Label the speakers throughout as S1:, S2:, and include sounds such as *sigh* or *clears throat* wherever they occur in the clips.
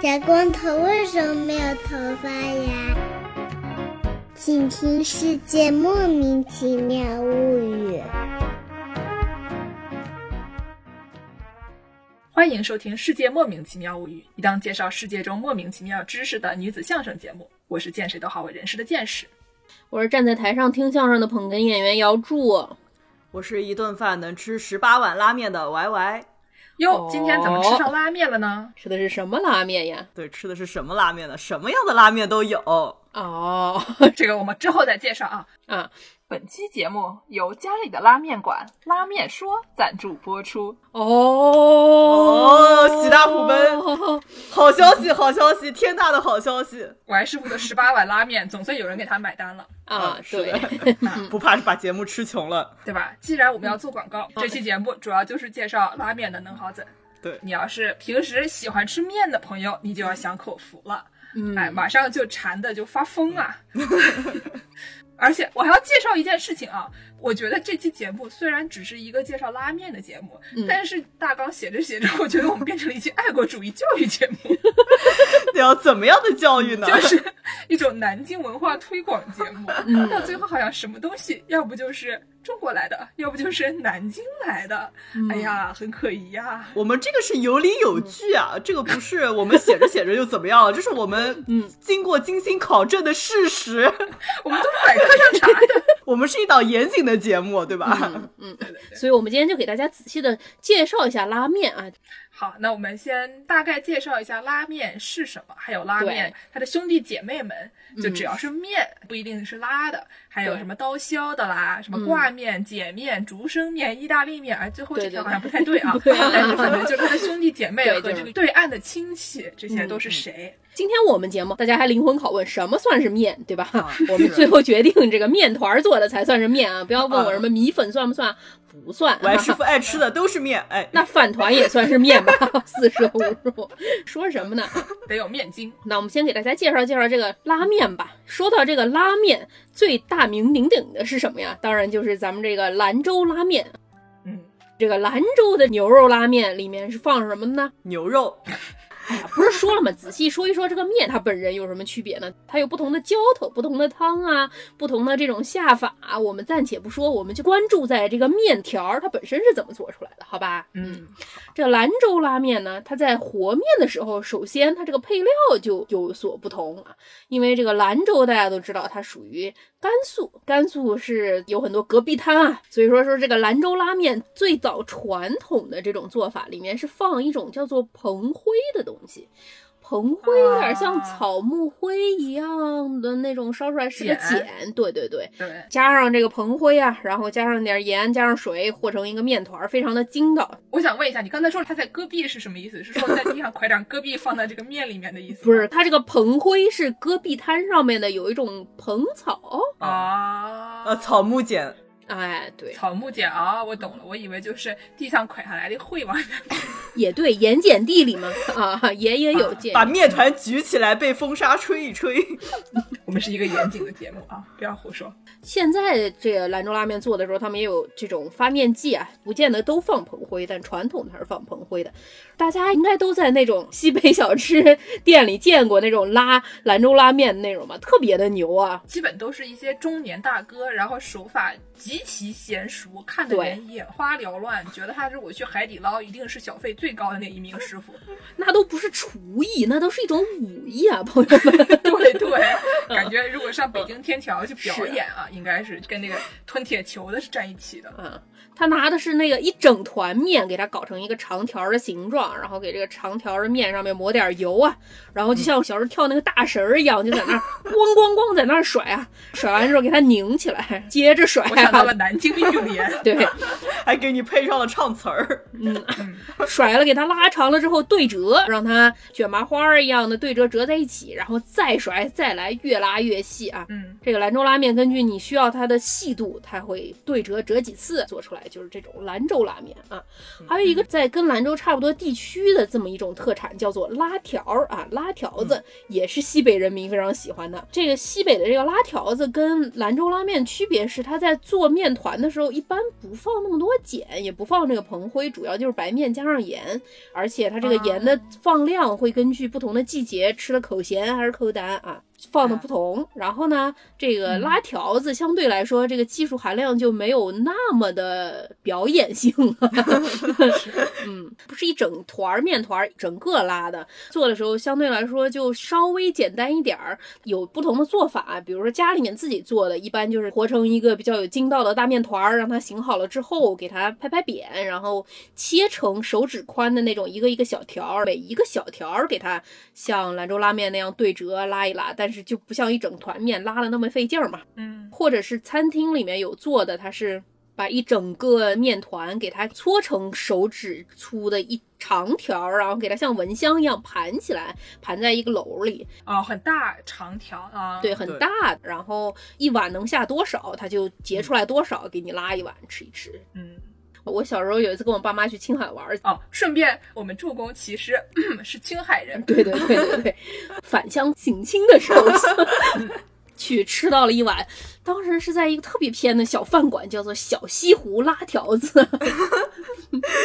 S1: 小光头为什么没有头发呀？请听《世界莫名其妙物语》。
S2: 欢迎收听《世界莫名其妙物语》，一档介绍世界中莫名其妙知识的女子相声节目。我是见谁都好为人师的见识。
S3: 我是站在台上听相声的捧哏演员姚柱。
S4: 我是一顿饭能吃十八碗拉面的 Y Y。
S2: 哟，今天怎么吃上拉面了呢？ *laughs*
S3: 吃的是什么拉面呀？
S4: 对，吃的是什么拉面呢？什么样的拉面都有。
S3: 哦，
S2: 这个我们之后再介绍啊。
S3: *laughs* 啊，
S2: 本期节目由家里的拉面馆“拉面说”赞助播出。
S3: 哦啊
S4: 哦喜大普
S3: *laughs*
S4: 奔好消息，好消息，天大的好消息！
S2: Y 师傅的十八碗拉面，总算有人给他买单了，
S3: 啊！
S4: 是
S3: 对，
S4: 的，不怕是把节目吃穷了。
S2: 对吧？既然我们要做广告，这期节目主要就是介绍拉面的能好怎。
S4: 对
S2: 你要是平时喜欢吃面的朋友，你就要享口福了。
S4: *laughs*
S3: 嗯
S2: 哎，马上就馋的就发疯啊！ *laughs* 而且我还要介绍一件事情啊，我觉得这期节目虽然只是一个介绍拉面的节目，但是大纲写着写着，我觉得我们变成了一期爱国主义教育节目，
S4: 得要怎么样的教育呢？
S2: 就是一种南京文化推广节目。到最后好像什么东西，要不就是中国来的，要不就是南京来的，哎呀，很可疑呀、
S4: 我们这个是有理有据啊，这个不是我们写着写着就怎么样了，这是我们
S2: 嗯
S4: 经过精心考证的事实。
S2: 我们都是百科上查的。
S4: 我们是一档严谨的节目，对吧？
S2: 嗯
S3: 嗯所以我们今天就给大家仔细的介绍一下拉面啊。
S2: 好，那我们先大概介绍一下拉面是什么，还有拉面它的兄弟姐妹们，就只要是面、不一定是拉的，还有
S3: 嗯对嗯
S2: 什么刀削的啦，什么挂面、碱面、竹升面、意大利面，哎，最后这条
S3: 对对
S2: 好像不太对啊，
S3: *laughs* 对啊
S2: 但是反正就是它的兄弟姐妹
S3: 对
S2: 和
S3: 就是嗯
S2: 这个对岸的亲戚，这些都是谁？
S3: 今天我们节目，大家还灵魂拷问，什么算是面，对吧？
S4: 啊
S3: 我们
S4: 是
S3: 最后决定这个面团儿做的才算是面啊！不要问我什么米粉算不算，不算。啊
S4: 我爱师傅爱吃的都是面，哎，
S3: *laughs* 那饭团也算是面吧，四舍五入。说什么呢？
S2: 得有面筋。
S3: 那我们先给大家介绍介绍这个拉面吧。说到这个拉面，最大名鼎鼎的是什么呀？当然就是咱们这个兰州拉面。
S2: 嗯，
S3: 这个兰州的牛肉拉面里面是放什么呢？
S4: 牛肉
S3: 不是说了吗？仔细说一说这个面它本人有什么区别呢？它有不同的浇头、不同的汤啊、不同的这种下法、啊我们暂且不说，我们就关注在这个面条儿它本身是怎么做出来的，好吧？
S2: 嗯，
S3: 这兰州拉面呢，它在和面的时候，首先它这个配料就有所不同啊，因为这个兰州大家都知道，它属于甘肃，甘肃是有很多戈壁滩啊，所以说说这个兰州拉面最早传统的这种做法里面是放一种叫做硼灰的东西。硼灰有点像
S2: 啊
S3: 草木灰一样的那种烧出来是个
S2: 碱
S3: 碱，对对对，
S2: 对，
S3: 加上这个硼灰啊，然后加上点盐，加上水和成一个面团儿，非常的筋道。
S2: 我想问一下，你刚才说它在戈壁是什么意思？是说在地上 *laughs* 快点戈壁放在这个面里面的意思吗？
S3: 不是，它这个硼灰是戈壁滩上面的有一种硼草，
S2: 啊， *laughs*
S4: 呃草木碱，
S3: 哦哎，对，
S2: 草木碱啊，我懂了，我以为就是地上垮下来的灰往里面
S3: 也对，盐碱地里嘛， *laughs* 啊，盐也有碱，
S4: 把面团举起来被风沙吹一吹。
S2: 我们是一个严谨的节目 *laughs* 啊，不要胡说。
S3: 现在这个兰州拉面做的时候，他们也有这种发面剂啊，不见得都放硼灰，但传统它是放硼灰的。大家应该都在那种西北小吃店里见过那种拉兰州拉面的那种吧，特别的牛啊，
S2: 基本都是一些中年大哥，然后手法极其娴熟，看的人眼花缭乱，觉得他如果去海底捞，一定是小费最高的那一名师傅。
S3: 那都不是厨艺，那都是一种武艺啊，朋友 *laughs* 们。
S2: *laughs* 对对， *laughs* 感觉如果上北京天桥去表演啊，应该是跟那个吞铁球的是站一起的。
S3: 啊，他拿的是那个一整团面，给它搞成一个长条儿的形状，然后给这个长条儿的面上面抹点儿油啊，然
S2: 嗯
S3: 后就像小时候跳那个大绳儿一样，就在
S2: *laughs*
S3: 那儿咣咣咣在那儿甩啊，甩完之后给它拧起来，接着甩
S2: 我想到了
S3: 啊，
S2: 南京玉 *laughs* 莲，
S3: 对，
S4: 还给你配上了唱词儿，
S3: 甩了给它拉长了之后对折，让它卷麻花儿一样的对折折在一起，然后再甩再来，越拉拉越细啊。
S2: 嗯，
S3: 这个兰州拉面根据你需要它的细度，它会对折折几次做出来，就是这种兰州拉面啊。还有一个在跟兰州差不多地区的这么一种特产，叫做拉条儿啊，拉条子也是西北人民非常喜欢的。这个西北的这个拉条子跟兰州拉面区别是，它在做面团的时候一般不放那么多碱，也不放这个硼灰，主要就是白面加上盐，而且它这个盐的放量会根据不同的季节吃的口咸还是口淡啊。放的不同，然后呢，这个拉条子相对来说，这个技术含量就没有那么的表演性了。嗯，不是一整团儿面团儿整个拉的，做的时候相对来说就稍微简单一点儿，有不同的做法。比如说家里面自己做的，一般就是和成一个比较有筋道的大面团儿，让它醒好了之后，给它拍拍扁，然后切成手指宽的那种一个一个小条儿，每一个小条儿给它像兰州拉面那样对折拉一拉，但是就不像一整团面拉的那么费劲儿嘛。
S2: 嗯，
S3: 或者是餐厅里面有做的，它是把一整个面团给它搓成手指粗的一长条儿，然后给它像蚊香一样盘起来，盘在一个篓里，
S2: 哦，很大长条啊，
S3: 对，很
S4: 对
S3: 大。然后一碗能下多少，它就截出来多少，给你拉一碗吃一吃。
S2: 嗯。
S3: 我小时候有一次跟我爸妈去青海玩儿，
S2: 哦，顺便我们助攻其实 *clears throat* 是青海人，
S3: *laughs* 对对对对嗯对，返乡省亲的 *laughs* 时候去吃到了一碗，当时是在一个特别偏的小饭馆，叫做小西湖拉条子。 *laughs*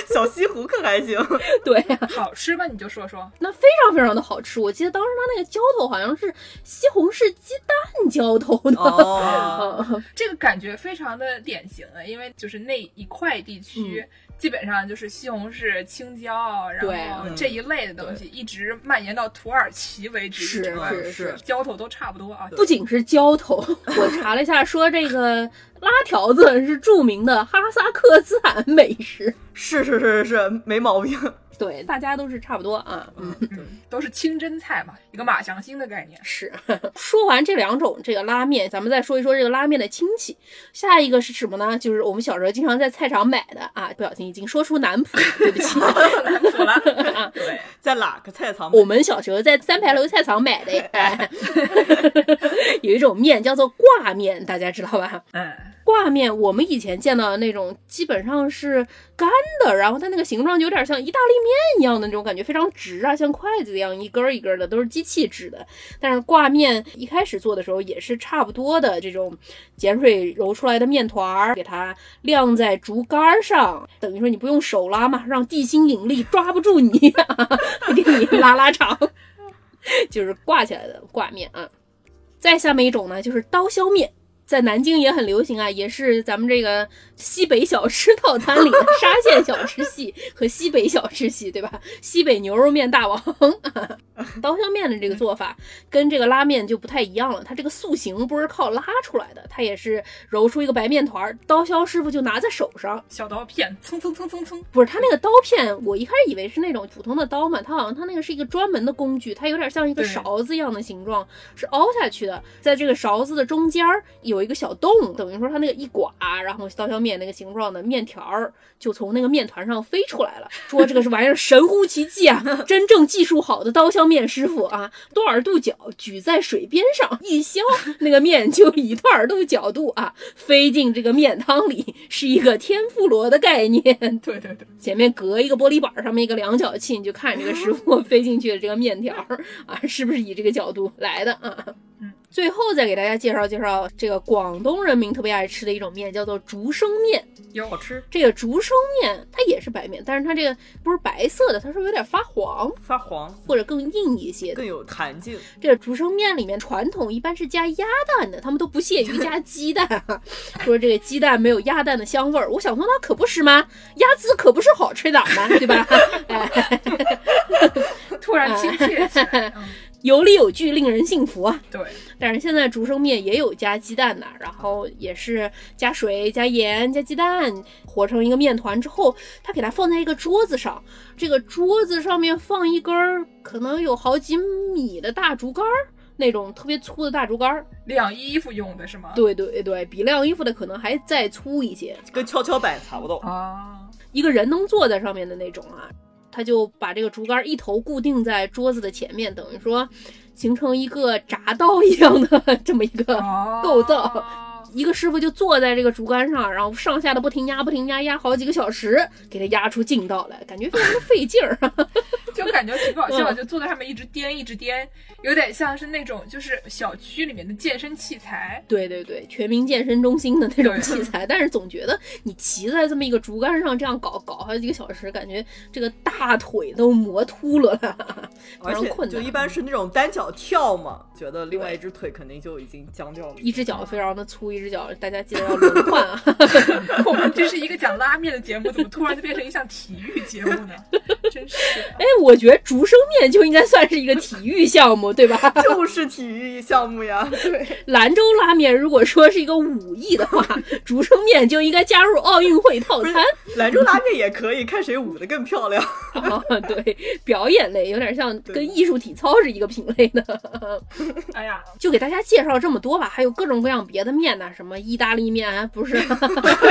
S4: 小西湖可还行，
S3: 对呀、
S2: 好吃吗？你就说说。
S3: 那非常非常的好吃。我记得当时它那个浇头好像是西红柿鸡蛋浇头的。
S4: 哦，
S3: *laughs* 嗯
S2: 这个感觉非常的典型的，因为就是那一块地区，基本上就是西红柿、青椒，
S3: 嗯对
S2: 然后
S4: 嗯
S2: 这一类的东西一直蔓延到土耳其为止，
S3: 是
S2: 这块
S3: 是
S4: 是
S2: 浇头都差不多啊。
S3: 不仅是浇头， *laughs* 我查了一下，说这个拉条子是著名的哈萨克斯坦美食。
S4: 是是是是是，没毛病。
S3: 对，大家都是差不多啊，嗯，
S2: 嗯，都是清真菜嘛，一个马祥星的概
S3: *laughs*
S2: 念。
S3: 是。说完这两种这个拉面，咱们再说一说这个拉面的亲戚。下一个是什么呢？就是我们小时候经常在菜场买的啊，不小心已经说出南普了，对不起。
S2: 苦了，对，
S4: 在哪个菜场买？
S3: 我们小时候在三牌楼菜场买的，哎有一种面叫做挂面，大家知道吧？
S2: 嗯，
S3: 挂面我们以前见到的那种，基本上是干的，然后它那个形状就有点像意大利面一样的那种感觉，非常直啊，像筷子一样一根儿一根儿的，都是机器制的。但是挂面一开始做的时候也是差不多的这种碱水揉出来的面团儿，给它晾在竹竿儿上，等于说你不用手拉嘛，让地心引力抓不住你， *laughs* 给你拉拉长，就是挂起来的挂面啊。再下面一种呢，就是刀削面。在南京也很流行啊，也是咱们这个西北小吃套餐里的沙县小吃系和西北小吃系，对吧？西北牛肉面大王，刀削面的这个做法跟这个拉面就不太一样了，它这个塑形不是靠拉出来的，它也是揉出一个白面团儿，刀削师傅就拿在手上，
S2: 小刀片，蹭蹭蹭蹭蹭，
S3: 不是它那个刀片，我一开始以为是那种普通的刀嘛，它好像它那个是一个专门的工具，它有点像一个
S2: 对
S3: 勺子一样的形状，是凹下去的，在这个勺子的中间儿有一个小洞，等于说它那个一刮，然后刀削面那个形状的面条儿就从那个面团上飞出来了。说这个是玩意儿神乎其技啊， *laughs* 真正技术好的刀削面师傅啊，多少度角举在水边上一削，那个面就以多少度角度啊飞进这个面汤里，是一个天妇罗的概念。
S2: 对对对，
S3: 前面隔一个玻璃板，上面一个量角器，你就看这个师傅 *laughs* 飞进去的这个面条儿啊，是不是以这个角度来的啊？
S2: 嗯，
S3: 最后再给大家介绍介绍这个广东人民特别爱吃的一种面，叫做竹升面。
S2: 有
S4: 好吃，
S3: 这个竹升面它也是白面，但是它这个不是白色的，它是有点发黄
S4: 发黄，
S3: 或者更硬一些的。
S4: 更有弹性。
S3: 这个竹升面里面传统一般是加鸭蛋的，他们都不屑于加鸡蛋啊， *laughs* 说这个鸡蛋没有鸭蛋的香味儿。我想说，那可不是吗？鸭子可不是好吃的嘛，对吧？ *laughs* 哎，
S2: 突然亲切起
S3: *laughs*
S2: 来。嗯
S3: 有理有据，令人信服啊。
S2: 对，
S3: 但是现在竹升面也有加鸡蛋的，然后也是加水、加盐、加鸡蛋，和成一个面团之后，它给它放在一个桌子上，这个桌子上面放一根儿可能有好几米的大竹竿儿，那种特别粗的大竹竿儿。
S2: 晾衣服用的是吗？
S3: 对对对，比晾衣服的可能还再粗一些，
S4: 跟跷跷板差不多。
S3: 哦
S2: 啊，
S3: 一个人能坐在上面的那种啊。他就把这个竹竿一头固定在桌子的前面，等于说形成一个铡刀一样的 *laughs* 这么一个构造。
S2: 哦
S3: 一个师傅就坐在这个竹竿上，然后上下的不停压，不停压，压好几个小时，给它压出劲道来，感觉非常的费劲儿。啊
S2: 就感觉挺搞笑，
S3: 嗯
S2: 就坐在上面一直颠一直颠，有点像是那种就是小区里面的健身器材。
S3: *laughs* 对对对，全民健身中心的那种
S2: 对
S3: 器材，但是总觉得你骑在这么一个竹竿上这样搞搞好几个小时，感觉这个大腿都磨秃了啦， *laughs* 非
S4: 而
S3: 常
S4: 且
S3: 困
S4: 就
S3: 难。
S4: 一般是那种单脚跳嘛，觉得另外一只腿肯定就已经僵掉了。
S3: 一只脚非常的粗，一只脚大家记得要轮换啊。 *laughs*
S2: 我们这是一个讲拉面的节目，怎么突然就变成一项体育节目呢？真是的。
S3: 哎，我觉得竹升面就应该算是一个体育项目，对吧？ *laughs*
S4: 就是体育项目呀，对，
S3: 兰州拉面如果说是一个武艺的话，竹升面就应该加入奥运会套餐。
S4: 兰州拉面也可以，看谁舞的更漂亮。 *laughs*
S3: 啊， *laughs* 对，表演类有点像
S4: 对
S3: 跟艺术体操是一个品类的。 *laughs*
S2: 哎呀，
S3: 就给大家介绍这么多吧，还有各种各样别的面呢，什么意大利面啊，不是？ *laughs*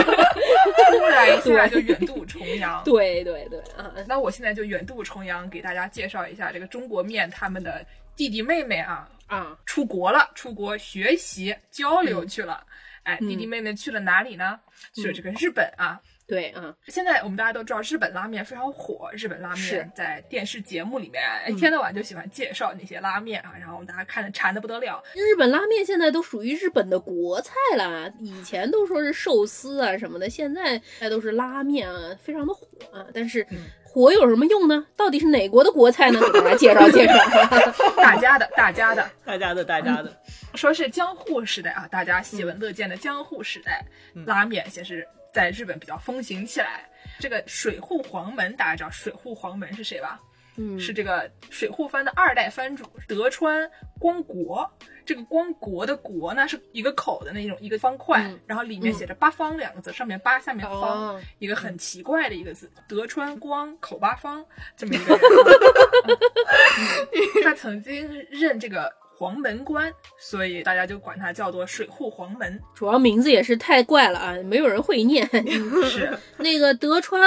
S2: 突然一下就远渡重洋。
S3: 对对对啊，
S2: 那我现在就远渡重洋，给大家介绍一下这个中国面他们的弟弟妹妹啊，
S3: 啊，
S2: 出国了，出国学习交流去了。哎，
S3: 嗯
S2: 弟弟妹妹去了哪里呢？去了这个日本啊。
S3: 对啊，
S2: 现在我们大家都知道日本拉面非常火，日本拉
S3: 是
S2: 面在电视节目里面一天到晚就喜欢介绍那些拉面啊，然后我们大家看的馋的不得了。
S3: 日本拉面现在都属于日本的国菜啦，以前都说是寿司啊什么的，现在哎都是拉面啊，非常的火啊。但是火有什么用呢？到底是哪国的国菜呢？给大家介绍介绍。
S2: 大家的，大家的，
S4: 大家的，大家的，
S3: *laughs*
S2: 说是江户时代啊，大家喜闻乐见的江户时代，
S4: 嗯
S2: 拉面先是在日本比较风行起来。这个水户黄门，大家知道水户黄门是谁吧？
S3: 嗯，
S2: 是这个水户藩的二代藩主德川光国。这个光国的国呢，是一个口的那种一个方块，
S3: 嗯
S2: 然后里面写着八方两个字，上面八，下面方，
S3: 哦，
S2: 一个很奇怪的一个字，德川光口八方这么一
S3: *laughs*
S2: 个人啊。嗯他曾经任这个黄门官，所以大家就管他叫做水户黄门。
S3: 主要名字也是太怪了啊，没有人会念。
S2: 是，
S3: *laughs* 那个德川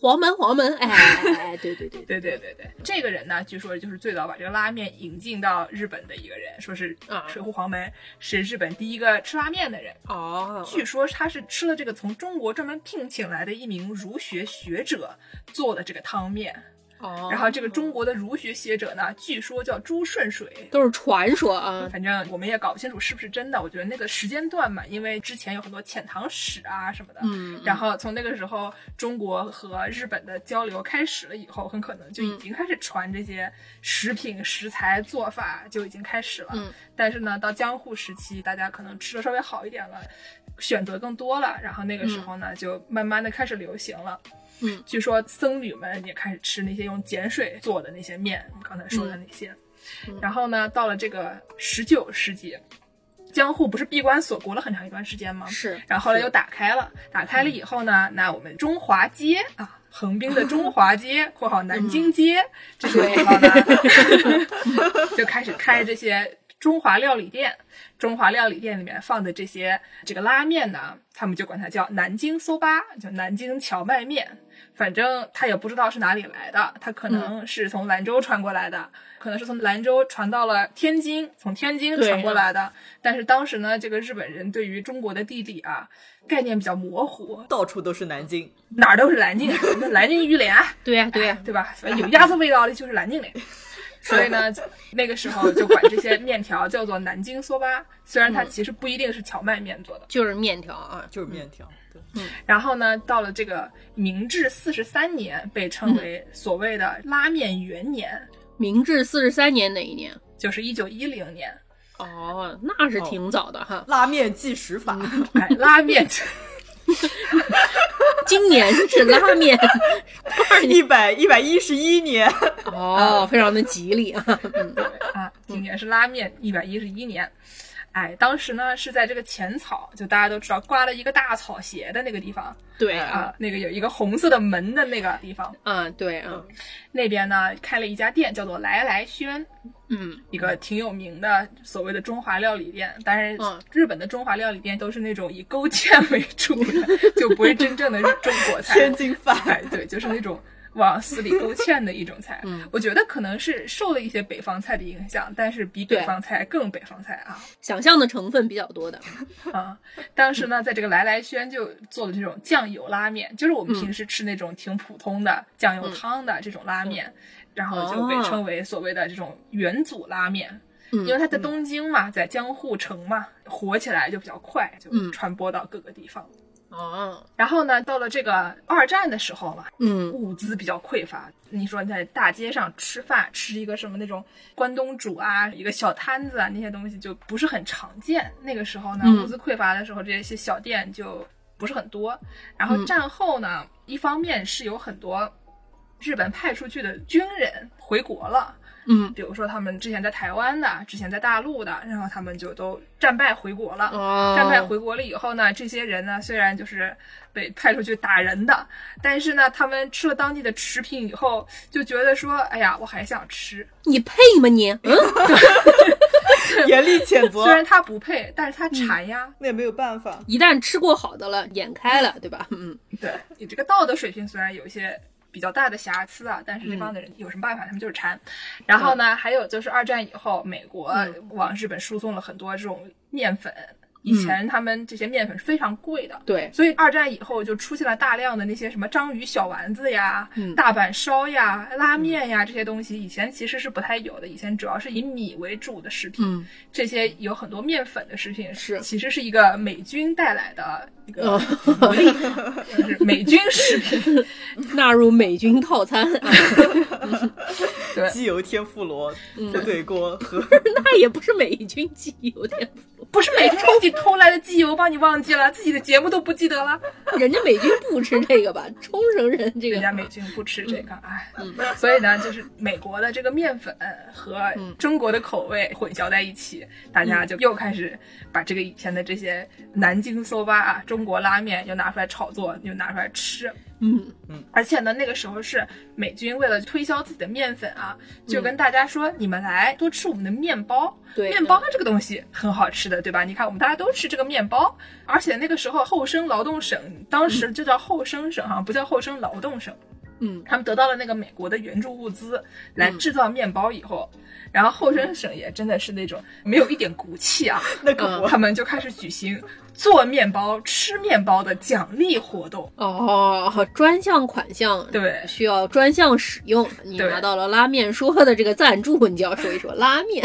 S3: 黄门黄门，哎哎哎，对对对
S2: 对对对对，这个人呢，据说就是最早把这个拉面引进到日本的一个人，说是
S3: 啊
S2: 水户黄门是日本第一个吃拉面的人。
S3: *laughs* 哦，
S2: 据说他是吃了这个从中国专门聘请来的一名儒学学者做的这个汤面，
S3: 哦，
S2: 然后这个中国的儒学学者呢，据说叫朱顺水。
S3: 都是传说啊，
S2: 反正我们也搞不清楚是不是真的，我觉得那个时间段嘛，因为之前有很多遣唐使啊什么的，
S3: 嗯，
S2: 然后从那个时候，中国和日本的交流开始了以后，很可能就已经开始传这些食品、食材、做法，就已经开始了。
S3: 嗯
S2: 但是呢，到江户时期，大家可能吃的稍微好一点了，选择更多了，然后那个时候呢，就慢慢的开始流行了。
S3: 嗯，
S2: 据说僧侣们也开始吃那些用碱水做的那些面，我们刚才说的那些。
S3: 嗯
S2: 然后呢，到了这个十九世纪，江户不是闭关锁国了很长一段时间吗？
S3: 是，嗯
S2: 然后后来又打开了，打开了以后呢，那我们中华街啊，横滨的中华街（括号南京街）
S3: 嗯
S2: 这些地方呢， *laughs* 就开始开这些中华料理店。中华料理店里面放的这些这个拉面呢，他们就管它叫南京搜吧，就南京荞麦面。反正他也不知道是哪里来的，他可能
S3: 嗯
S2: 是从兰州传过来的，可能是从兰州传到了天津，从天津
S3: 对
S2: 传过来的。但是当时呢，这个日本人对于中国的地理啊概念比较模糊，
S4: 到处都是南京，
S2: 哪儿都是南京，那南京鱼脸，
S3: 对呀 *laughs* 对呀，
S2: 啊对吧？反正有鸭子味道的就是南京
S3: *laughs*
S2: 脸。所以呢，那个时候就管这些面条叫做南京梭巴，虽然它
S3: 嗯
S2: 其实不一定是荞麦面做的。
S3: 就是面条啊，
S4: 就是面条。对，
S2: 然后呢，到了这个明治四十三年，被称为所谓的拉面元年，
S3: 明治四十三年那一年，
S2: 就是一九一零年。 *laughs*
S3: 哦，那是挺早的哈，
S4: 拉面计时法，
S2: 哎，拉面 *laughs*
S3: 今年是拉 *laughs* 面，
S4: *laughs* 一百一百一十一年，
S3: 哦，非常的吉利啊，
S2: 啊，今年是拉面一百一十一年。哎，当时呢是在这个浅草，就大家都知道刮了一个大草鞋的那个地方
S3: 对啊，
S2: 啊，那个有一个红色的门的那个地方，
S3: 啊对啊，
S2: 那边呢开了一家店，叫做来来轩，
S3: 嗯，
S2: 一个挺有名的所谓的中华料理店，但是
S3: 嗯。
S2: 日本的中华料理店都是那种以勾芡为主的，就不是真正的中国菜。
S4: 天津
S2: 哎 *laughs*
S4: 饭，，
S2: 对，就是那种往死里勾芡的一种菜
S3: 嗯，
S2: 我觉得可能是受了一些北方菜的影响，但是比北
S3: 对
S2: 方菜更北方菜啊
S3: 想象的成分比较多的，
S2: *laughs* 啊！当时呢，在这个来来轩就做了这种酱油拉面，就是我们
S3: 嗯
S2: 平时吃那种挺普通的酱油汤的这种拉面，然后就被
S3: 嗯哦
S2: 称为所谓的这种元祖拉面。因
S3: 嗯
S2: 为它在东京嘛，在江户城嘛，火起来就比较快，就
S3: 嗯
S2: 传播到各个地方。
S3: 哦，
S2: 然后呢，到了这个二战的时候嘛，
S3: 嗯
S2: 物资比较匮乏。你说你在大街上吃饭，吃一个什么那种关东煮啊，一个小摊子啊，那些东西就不是很常见。那个时候呢，
S3: 嗯
S2: 物资匮乏的时候，这些小店就不是很多。然后
S3: 嗯
S2: 战后呢，一方面是有很多日本派出去的军人回国了。
S3: 嗯，
S2: 比如说他们之前在台湾的，之前在大陆的，然后他们就都战败回国了。
S3: 哦，
S2: 战败回国了以后呢，这些人呢虽然就是被派出去打人的，但是呢，他们吃了当地的食品以后，就觉得说，哎呀，我还想吃。
S3: 你配吗你？ *laughs* 嗯，
S4: 严厉谴责
S2: 虽，然他不配，但是他馋呀。
S4: 那也没有办法。
S3: 一旦吃过好的了，眼开了，对吧？嗯，
S2: 对你这个道德水平虽然有一些比较大的瑕疵啊，但是这帮的人有什么办法？他们就是馋。然后呢，还有就是二战以后，美国
S3: 嗯
S2: 往日本输送了很多这种面粉。以前他们这些面粉是非常贵的，
S3: 对，
S2: 所以二战以后就出现了大量的那些什么章鱼小丸子呀、
S3: 嗯
S2: 大阪烧呀、拉面呀这些东西，以前其实是不太有的。以前主要是以米为主的食品，
S3: 嗯
S2: 这些有很多面粉的食品
S3: 是
S2: 其实是一个美军带来的一个
S3: 哦
S2: 福
S3: *laughs*
S2: 利，就是美军食品。
S3: 纳入美军
S2: *laughs*
S3: 套餐， *laughs* 啊
S2: 对
S4: 机油天妇罗、火腿锅和
S3: 那也不是美军机油店，
S2: 不是美军自己偷来的机油，帮你忘记了，自己的节目都不记得了。
S3: 人家美军不吃这个
S2: *laughs*
S3: 吧？冲绳人这个嗯
S2: 人家美军不吃这个，哎，所以呢，就是美国的这个面粉和
S3: 嗯
S2: 中国的口味混淆在一起，大家就又开始把这个以前的这些南京搜吧啊、中国拉面又拿出来炒作，又拿出来吃。
S3: 嗯
S2: 而且呢，那个时候是美军为了推销自己的面粉啊，就
S3: 嗯
S2: 跟大家说：“你们来多吃我们的面包，
S3: 对
S2: 面包这个东西很好吃的，对吧？你看我们大家都吃这个面包，而且那个时候厚生劳动省当时就叫厚生省哈、不叫厚生劳动省。
S3: 嗯
S2: 他们得到了那个美国的援助物资来制造面包以后，然后厚生省也真的是那种没有一点骨气啊，
S4: 那个
S3: 嗯
S4: 锅
S2: 他们就开始举行做面包、吃面包的奖励活动。
S3: 哦，专项款项
S2: 对
S3: 需要专项使用。你
S2: 对
S3: 拿到了拉面说的这个赞助，你就要
S2: *laughs*
S3: 说一说拉面。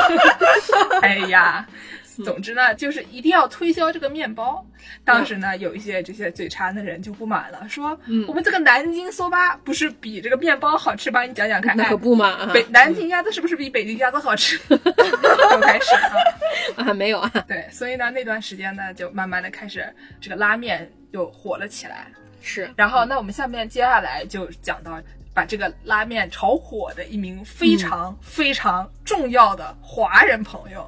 S3: *laughs*
S2: 哎呀，
S3: 嗯
S2: 总之呢，就是一定要推销这个面包。当时呢，有一些这些嘴馋的人就不满了，说、
S3: 嗯
S2: 我们这个南京梭巴不是比这个面包好吃吗？你讲讲看。
S3: 那可不嘛啊
S2: 哎 *laughs* 北南京鸭子是不是比北京鸭子好吃？又开始啊，
S3: 啊，没有啊，
S2: 对，所以呢，那段时间呢，就慢慢的开始这个拉面就火了起来。
S3: 是
S2: 然后，那我们下面接下来就讲到把这个拉面炒火的一名非
S3: 嗯
S2: 常非常重要的华人朋友。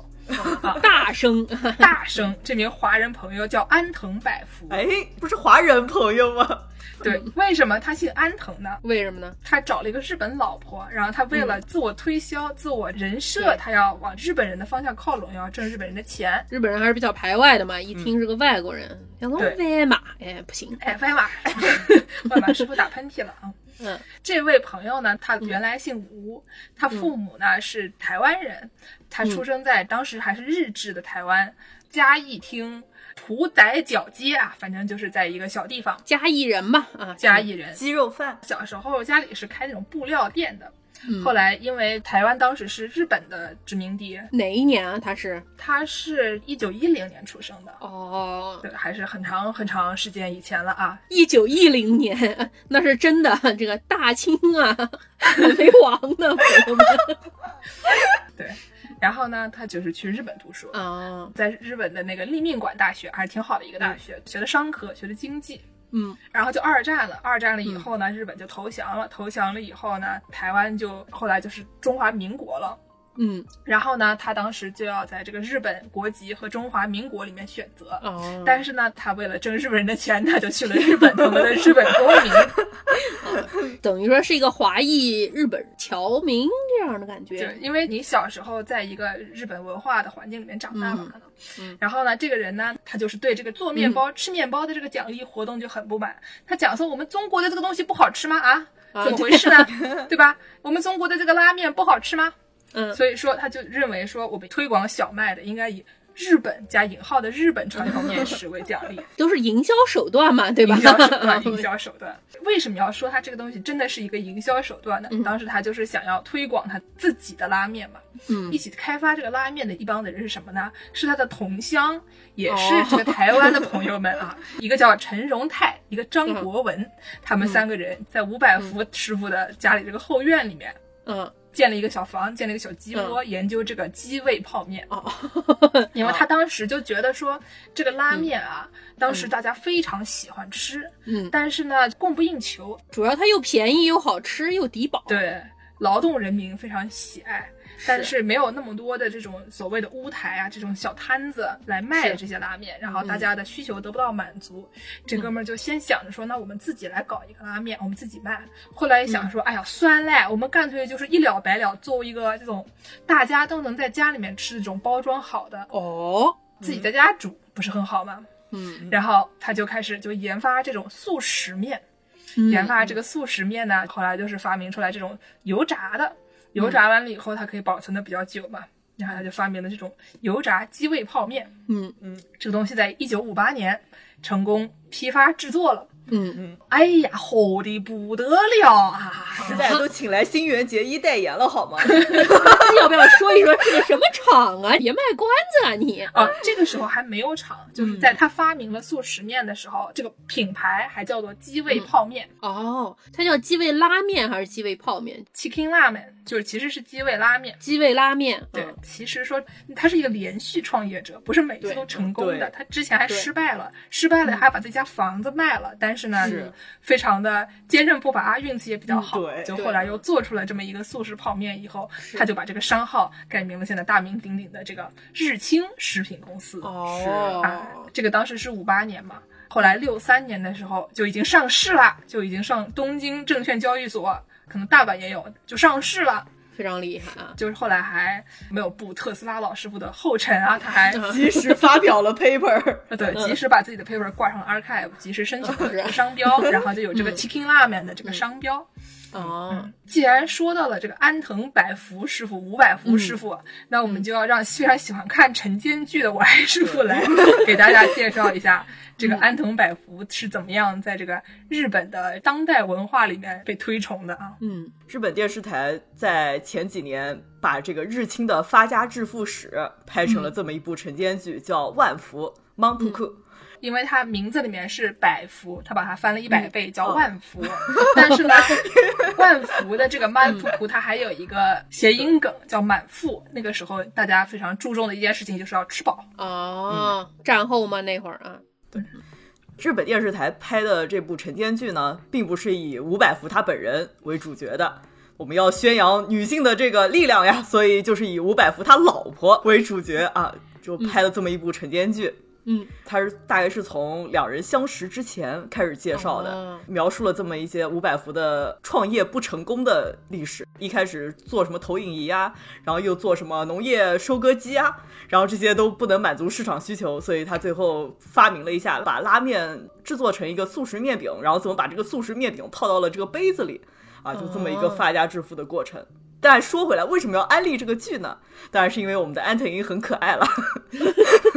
S2: 啊，
S3: 大声， *laughs*
S2: 大生，这名华人朋友叫安藤百福。
S4: 哎，不是华人朋友吗？
S2: 对，为什么他姓安藤呢？
S3: 为什么呢？
S2: 他找了一个日本老婆，然后他为了自我推销、自我人设，
S3: 对
S2: 他要往日本人的方向靠拢，要挣日本人的钱。
S3: 日本人还是比较排外的嘛，一听是个外国人，想说
S2: 嗯对
S3: 外马，哎，不行，
S2: 哎，外 *laughs* 马，外马师傅打喷嚏了啊！
S3: 嗯
S2: 这位朋友呢，他原来姓吴，他父母呢是台湾人，他出生在当时还是日治的台湾嘉义厅浦仔角街啊，反正就是在一个小地方，
S3: 嘉义人吧，啊，
S2: 嘉义人。
S4: 鸡肉 *laughs* 饭，
S2: 小时候家里是开那种布料店的，
S3: 嗯
S2: 后来因为台湾当时是日本的殖民地，
S3: 哪一年啊？他是
S2: 他是一九一零年出生的，
S3: 哦，
S2: 对，还是很长很长时间以前了啊。
S3: 一九一零年，那是真的，这个大清啊，还没亡呢，朋友们
S2: 然后呢，他就是去日本读书，
S3: 啊，
S2: 在日本的那个立命馆大学还是挺好的一个大学，学的商科，学的经济。
S3: 嗯
S2: 然后就二战了，二战了以后呢，日本就投降了，投降了以后呢，台湾就后来就是中华民国了。
S3: 嗯
S2: 然后呢，他当时就要在这个日本国籍和中华民国里面选择，
S3: 哦，
S2: 但是呢，他为了挣日本人的钱，他就去了日本，成为了日本公
S3: *laughs*
S2: 民。
S3: 等于说是一个华裔日本侨民这样的感
S2: 就
S3: 觉，
S2: 因为你小时候在一个日本文化的环境里面长大嘛，
S3: 嗯
S2: 可能。
S3: 嗯
S2: 然后呢，这个人呢，他就是对这个做面包、吃面包的这个奖励活动就很不满。他讲说：“我们中国的这个东西不好吃吗？啊，
S3: 啊
S2: 怎么回事
S3: *laughs*
S2: 呢？对吧？我们中国的这个拉面不好吃吗？
S3: 嗯
S2: 所以说他就认为说，我们推广小麦的应该以日本加引号的日本传统面食为奖励，
S3: 都是营销手段嘛，对吧？
S2: 营销手
S3: *laughs*
S2: 段，营销手段。为什么要说它这个东西真的是一个营销手段呢
S3: 嗯？
S2: 当时他就是想要推广他自己的拉面嘛。
S3: 嗯
S2: 一起开发这个拉面的一帮的人是什么呢？是他的同乡，也
S3: 哦
S2: 是这个台湾的朋友们
S3: *laughs*
S2: 啊。一个叫陈荣泰，一个张国文，
S3: 嗯
S2: 他们三个人在伍百福师傅的家里这个后院里面。
S3: 嗯
S2: 建了一个小房，建了一个小鸡窝，研究这个鸡味泡面。
S3: 哦，
S2: 因为
S3: *laughs*
S2: 他当时就觉得说，这个拉面啊，当时大家非常喜欢吃，
S3: 嗯，
S2: 但是呢，供不应求，
S3: 主要它又便宜又好吃又抵饱，，
S2: 对劳动人民非常喜爱。但是没有那么多的这种所谓的乌台啊，这种小摊子来卖
S3: 是嗯
S2: 这些拉面，然后大家的需求得不到满足，这哥们儿就先想着说，那我们自己来搞一个拉面，我们自己
S3: 嗯
S2: 卖。后来一想说，哎呀，酸赖，我们干脆就是一了百了，做一个这种大家都能在家里面吃这种包装好的，
S3: 哦，
S2: 自己在家煮，不是很好吗？
S3: 嗯，
S2: 然后他就开始就研发这种速食面，
S3: 嗯
S2: 研发这个速食面呢，后来就是发明出来这种油炸
S3: 嗯
S2: 的，油炸完了以后它可以保存的比较久嘛，然后他就发明了这种油炸鸡味泡面。
S3: 嗯
S4: 嗯，
S2: 这个东西在一九五八年成功批发制作了。
S3: 嗯，
S2: 哎呀，好的不得了啊！
S4: 现在都请来新垣结衣代言了好吗？
S3: 那要不要说一说是个什么厂啊？别卖关子啊你！
S2: 啊，这个时候还没有厂，
S3: 嗯
S2: 就是在他发明了速食面的时候，这个品牌还叫做鸡味
S3: 嗯
S2: 泡面。
S3: 哦，它叫鸡味拉面还是鸡味泡面？
S2: Chicken Ramen，就是其实是鸡味拉面。
S3: 鸡味拉面，
S2: 对
S3: 嗯，
S2: 其实说他是一个连续创业者，不是每次
S3: 对
S2: 都成功的
S4: 对。
S2: 他之前还
S3: 对
S2: 失败了，失败了还把自己家房子卖了，但是呢，
S4: 是
S2: 非常的坚韧不拔，运气也比较好。
S4: 嗯对
S2: 就
S3: 对
S2: 后来又做出了这么一个速食泡面以后，他就把这个商号改名了现在大名鼎鼎的这个日清食品公司。啊
S3: 哦，，
S2: 这个当时是五八年嘛，后来六三年的时候就已经上市了，就已经上东京证券交易所，可能大阪也有，就上市了。
S3: 非常厉害啊！
S2: 就是后来还没有步特斯拉老师傅的后尘啊，他还。
S4: 及时发表了 paper，
S2: 呃对，及时把自己的 paper 挂上了 archive，及时申请了这个商标，然后就有这个 chicken ramen 的这个商标。
S3: 哦，
S2: 既然说到了这个安藤百福师傅、吴百福师傅，那我们就要让非常喜欢看晨间剧的我爱师傅来给大家介绍一下这个安藤百福是怎么样在这个日本的当代文化里面被推崇的啊。
S3: 嗯，
S4: 日本电视台在前几年把这个日清的发家致富史拍成了这么一部晨间剧，叫《万福》（Manpuku）。
S2: 因为它名字里面是百福，他把它翻了一百倍、叫万福， *laughs* 但是呢，万福的这个曼福图它还有一个谐音梗叫满腹。那个时候大家非常注重的一件事情就是要吃饱。
S3: 哦，战后嘛那会儿啊，
S4: 日本电视台拍的这部晨间剧呢，并不是以伍佰福他本人为主角的。我们要宣扬女性的这个力量呀， *laughs* 所以就是以伍佰福他老婆为主角啊，就拍了这么一部晨间剧。
S3: 嗯，
S4: 它是大概是从两人相识之前开始介绍的
S3: 哦，
S4: 描述了这么一些伍佰福的创业不成功的历史。一开始做什么投影仪啊，然后又做什么农业收割机啊，然后这些都不能满足市场需求，所以他最后发明了一下，把拉面制作成一个速食面饼，然后怎么把这个速食面饼套到了这个杯子里，啊，
S2: 哦
S4: 就这么一个发家致富的过程。但说回来，为什么要安利这个剧呢？当然是因为我们的安藤樱很可爱了， *laughs*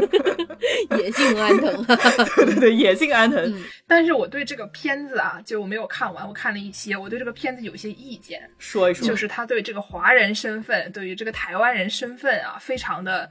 S3: 也姓安藤啊，
S4: 对对对，野性安藤，
S2: 但是我对这个片子啊，就我没有看完，我看了一些，我对这个片子有一些意见，
S4: 说一说，
S2: 就是他对这个华人身份，对于这个台湾人身份啊，非常的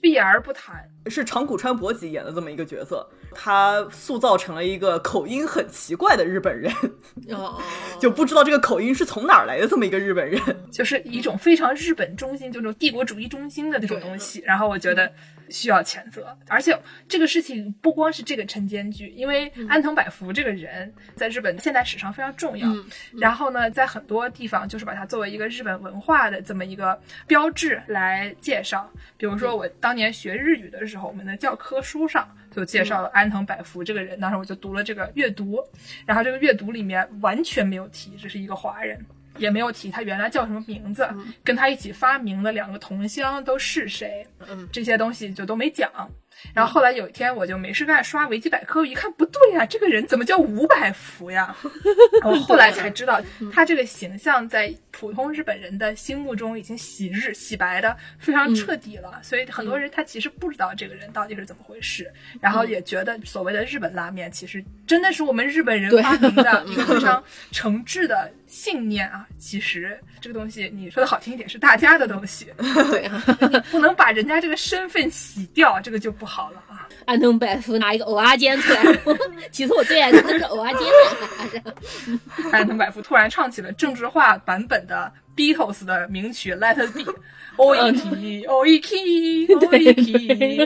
S2: 避而不谈。
S4: 是长谷川博己演的这么一个角色，他塑造成了一个口音很奇怪的日本人，
S3: *laughs* 哦，
S4: *laughs* 就不知道这个口音是从哪儿来的这么一个日本人。
S2: 就是一
S3: 嗯
S2: 种非常日本中心，就那种帝国主义中心的那种东西。然后我觉
S3: 嗯
S2: 得需要谴责，而且这个事情不光是这个晨间剧，因为
S3: 嗯
S2: 安藤百福这个人在日本现代史上非常重要。
S3: 嗯
S2: 然后呢，在很多地方就是把它作为一个日本文化的这么一个标志来介绍。比如
S3: 嗯
S2: 说我当年学日语的时候，我们的教科书上就介绍
S3: 嗯
S2: 了安藤百福这个人，当时我就读了这个阅读，然后这个阅读里面完全没有提这是一个华人。也没有提他原来叫什么名字，跟他一起发明的两个同乡都是谁，
S3: 嗯
S2: 这些东西就都没讲。然后后来有一天我就没事干刷维基百科，一看不对呀、这个人怎么叫五百福呀？然后后来才知道，他这个形象在普通日本人的心目中已经洗日洗白的非常彻底了，所以很多人他其实不知道这个人到底是怎么回事，然后也觉得所谓的日本拉面其实真的是我们日本人
S3: 对
S2: 发明的一个非常诚挚的信念啊。其实这个东西你说的好听一点是大家的东西，
S3: 对啊，
S2: 不能把人家这个身份洗掉，这个就不好了啊。
S3: 安藤百福拿一个蚵仔煎出来，其实我最爱吃的是蚵仔煎。啊
S2: 安藤百福突然唱起了政治化版本的 Beatles 的名曲《Let It
S3: *laughs*
S2: Be》，Oiki Oiki
S3: 哦对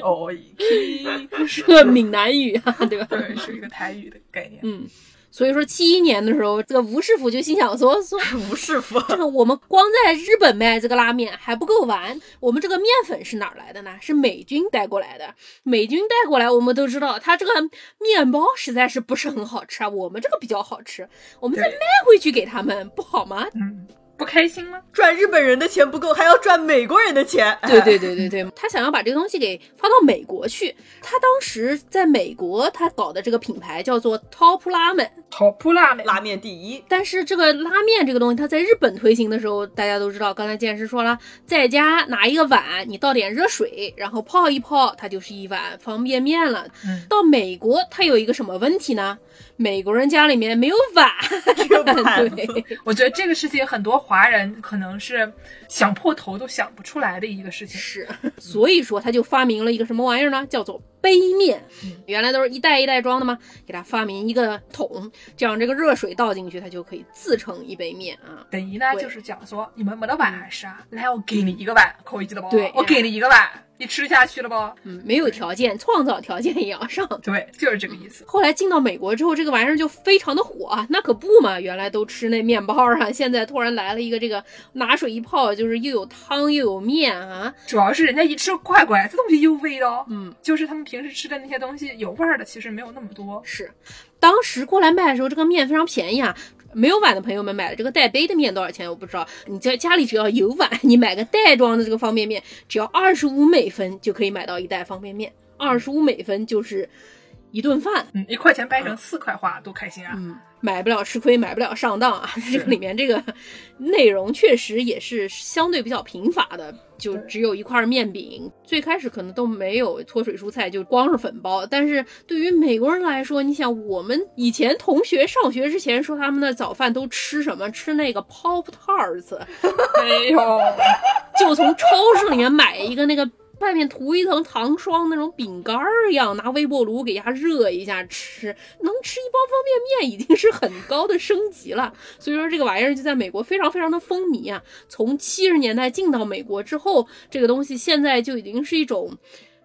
S2: Oiki Oiki，
S3: 是个闽南语啊，对吧？
S2: 对，是一个台语的概念。
S3: 嗯，所以说七一年的时候，这个吴师傅就心想说说。
S4: 吴师傅，
S3: 这个我们光在日本卖这个拉面还不够完，我们这个面粉是哪儿来的呢？是美军带过来的。美军带过来，我们都知道，它这个面包实在是不是很好吃啊。我们这个比较好吃，我们再
S2: 对
S3: 卖回去给他们，不好吗？
S2: 嗯，不开心吗？
S4: 赚日本人的钱不够，还要赚美国人的钱。
S3: 对
S4: 哎
S3: 对对对对，他想要把这个东西给发到美国去。他当时在美国，他搞的这个品牌叫做 Top Ramen，
S2: 头扑拉美，
S4: 拉面第一，
S3: 但是这个拉面这个东西，它在日本推行的时候，大家都知道，刚才健师说了，在家拿一个碗，你倒点热水，然后泡一泡，它就是一碗方便面了。
S2: 嗯
S3: 到美国，它有一个什么问题呢？美国人家里面没有碗，
S4: 这个
S3: *laughs*
S4: 板子
S3: 对，
S2: 我觉得这个事情很多华人可能是想破头都想不出来的一个事情。
S3: 是，所以说他就发明了一个什么玩意儿呢？叫做杯面。原来都是一袋一袋装的嘛，给它发明一个桶，这样这个热水倒进去，它就可以自成一杯面啊。
S2: 等于呢，
S3: 对嗯
S2: 就是讲说你们没得碗是吧？来，我给你一个碗，口一记得不？
S3: 对
S2: 我给你一个碗，你吃下去了不？
S3: 嗯，没有条件，创造条件也要上。
S2: 对，就是这个意思。
S3: 后来进到美国之后，这个玩意儿就非常的火啊，那可不嘛，原来都吃那面包啊，现在突然来了一个这个拿水一泡，就是又有汤又有面啊，
S2: 主要是人家一吃乖乖，这东西有味道。
S3: 嗯，
S2: 就是他们平时吃的那些东西有味儿的，其实没有那么多。
S3: 是，当时过来卖的时候，这个面非常便宜啊。没有碗的朋友们买的这个带杯的面多少钱？我不知道。你在家里只要有碗，你买个袋装的这个方便面，只要二十五美分就可以买到一袋方便面。二十五美分就是一顿饭，
S2: 嗯，一块钱掰成四块花，多开心啊！
S3: 嗯，买不了吃亏，买不了上当啊！ *laughs* 这个里面这个内容确实也是相对比较贫乏的，就
S2: 对
S3: 只有一块面饼，最开始可能都没有脱水蔬菜，就光是粉包。但是对于美国人来说，你想我们以前同学上学之前说他们的早饭都吃什么？吃那个 pop tarts，
S2: 哎呦，
S3: 就从超市里面买一个那个。外面涂一层糖霜那种饼干儿一样，拿微波炉给它热一下吃，能吃一包方便面已经是很高的升级了。所以说这个玩意儿就在美国非常非常的风靡啊。从七十年代进到美国之后，这个东西现在就已经是一种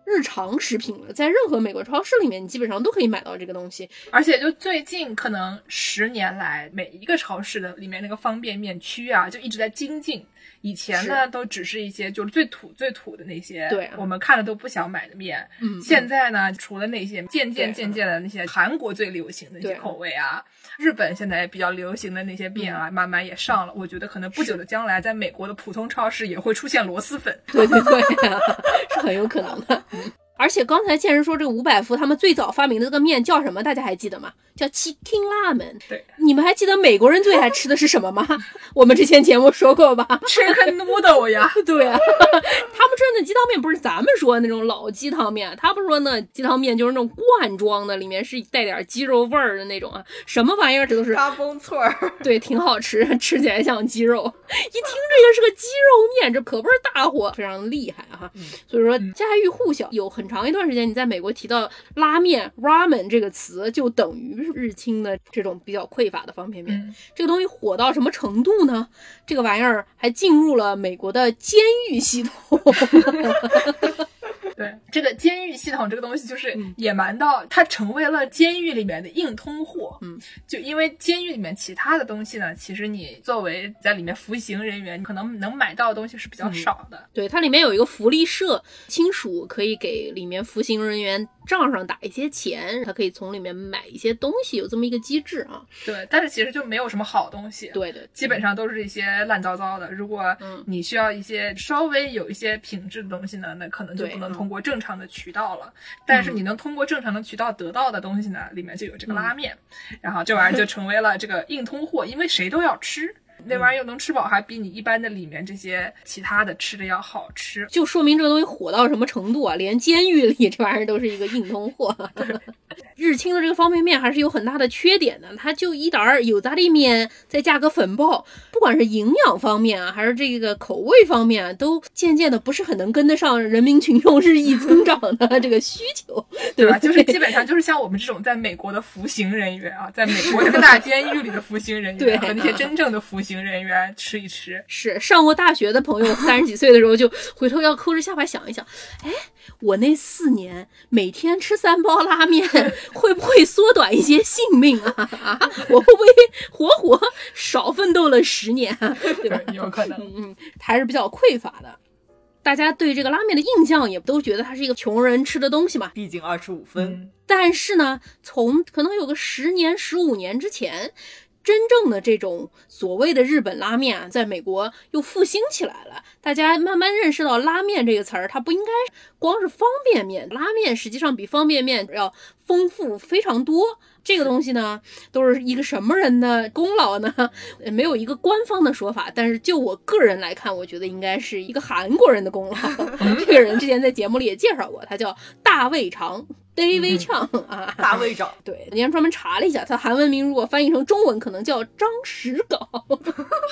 S3: 日常食品了，在任何美国超市里面，你基本上都可以买到这个东西。
S2: *laughs* 而且就最近可能十年来，每一个超市的里面那个方便面区啊，就一直在精进。以前呢，都只是一些就是最土最土的那些，
S3: 对啊
S2: 我们看了都不想买的面。
S3: 嗯
S2: 现在呢，除了那些渐
S3: 对啊
S2: 渐渐渐的那些韩国最流行的那些
S3: 对啊
S2: 口味啊，日本现在也比较流行的那些面啊，慢慢也上了。我觉得可能不久的将来，在美国的普通超市也会出现螺蛳粉。
S3: 对对对、啊，是很有可能的。而且刚才健身说这个五百伏，他们最早发明的这个面叫什么？大家还记得吗？叫 Chicken Ramen。
S2: 对，
S3: 你们还记得美国人最爱吃的是什么吗？我们之前节目说过吧？
S2: Chicken noodle 呀，
S3: *laughs* 对啊，他们吃的那鸡汤面不是咱们说的那种老鸡汤面，他们说那鸡汤面就是那种罐装的，里面是带点鸡肉味儿的那种啊，什么玩意儿这都是
S4: 嘎嘣脆儿，
S3: 对，挺好吃，吃起来像鸡肉。一听这个是个鸡肉面，这可不是大火，非常厉害哈、所以说家喻户晓，有很长一段时间，你在美国提到拉面 （ramen） 这个词，就等于日清的这种比较匮乏的方便面。
S2: 嗯
S3: 这个东西火到什么程度呢？这个玩意儿还进入了美国的监狱系统。 *laughs*
S2: 对，这个监狱系统这个东西就是野蛮到它成为了监狱里面的硬通货。
S3: 嗯，
S2: 就因为监狱里面其他的东西呢，其实你作为在里面服刑人员，可能能买到的东西是比较少的。
S3: 对，它里面有一个福利社，亲属可以给里面服刑人员账上打一些钱，他可以从里面买一些东西，有这么一个机制啊。
S2: 对，但是其实就没有什么好东西。。
S3: 对对，
S2: 基本上都是一些乱糟糟的。如果
S3: 嗯
S2: 你需要一些稍微有一些品质的东西呢，那可能就
S3: 对
S2: 不能
S3: 嗯
S2: 通过正常的渠道了。但是你能通过正常的渠道得到的东西呢，里面就有这个
S3: 嗯
S2: 拉面，然后这玩
S3: *laughs*
S2: 意儿就成为了这个硬通货，因为谁都要吃。
S3: 嗯
S2: 那玩意儿又能吃饱，还比你一般的里面这些其他的吃的要好吃。
S3: 就说明这个东西火到什么程度啊！连监狱里这玩意儿都是一个硬通货。 *laughs* 日清的这个方便面还是有很大的缺点的，它就一点儿有杂里面，再加个粉爆，不管是营养方面啊，还是这个口味方面啊，都渐渐的不是很能跟得上人民群众日益增长的这个需求， *laughs* 对
S2: 对
S3: 吧？
S2: 吧？啊就是基本上就是像我们这种在美国的服刑人员啊，在美国这个大监狱里的服刑人
S3: *laughs* 对嗯
S2: 员和那些真正的服刑人员吃一吃，
S3: 是上过大学的朋友，三十几岁的时候就回头要抠着下巴想一想，哎，我那四年每天吃三包拉面，会不会缩短一些性命啊？啊， *laughs* 我会不会活活少奋斗了十年啊？ *laughs* 对吧？
S2: 有可能。
S3: 嗯，还是比较匮乏的。大家对这个拉面的印象也都觉得它是一个穷人吃的东西嘛，
S4: 毕竟二十五分，
S2: 嗯
S3: 但是呢，从可能有个十年、十五年之前，真正的这种所谓的日本拉面啊，在美国又复兴起来了。大家慢慢认识到拉面这个词儿，它不应该光是方便面，拉面实际上比方便面要丰富非常多。这个东西呢，都是一个什么人的功劳呢？ *laughs* 呃没有一个官方的说法，但是就我个人来看，我觉得应该是一个韩国人的功劳。这个人之前在节目里也介绍过，他叫大胃长 David Chang 啊。
S4: 大
S3: *laughs*
S4: 胃长。
S3: 对，人家专门查了一下，他韩文名如果翻译成中文，可能叫张石镐，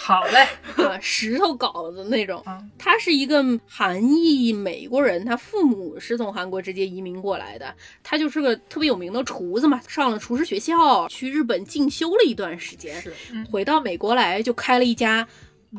S2: 好嘞，
S3: *laughs* 啊，石头镐子那种
S2: 嗯。
S3: 他是一个韩裔美国人，他父母是从韩国直接移民过来的。他就是个特别有名的厨子嘛，上了厨师学校，去日本进修了一段时间。
S4: 是，
S3: 回到美国来就开了一家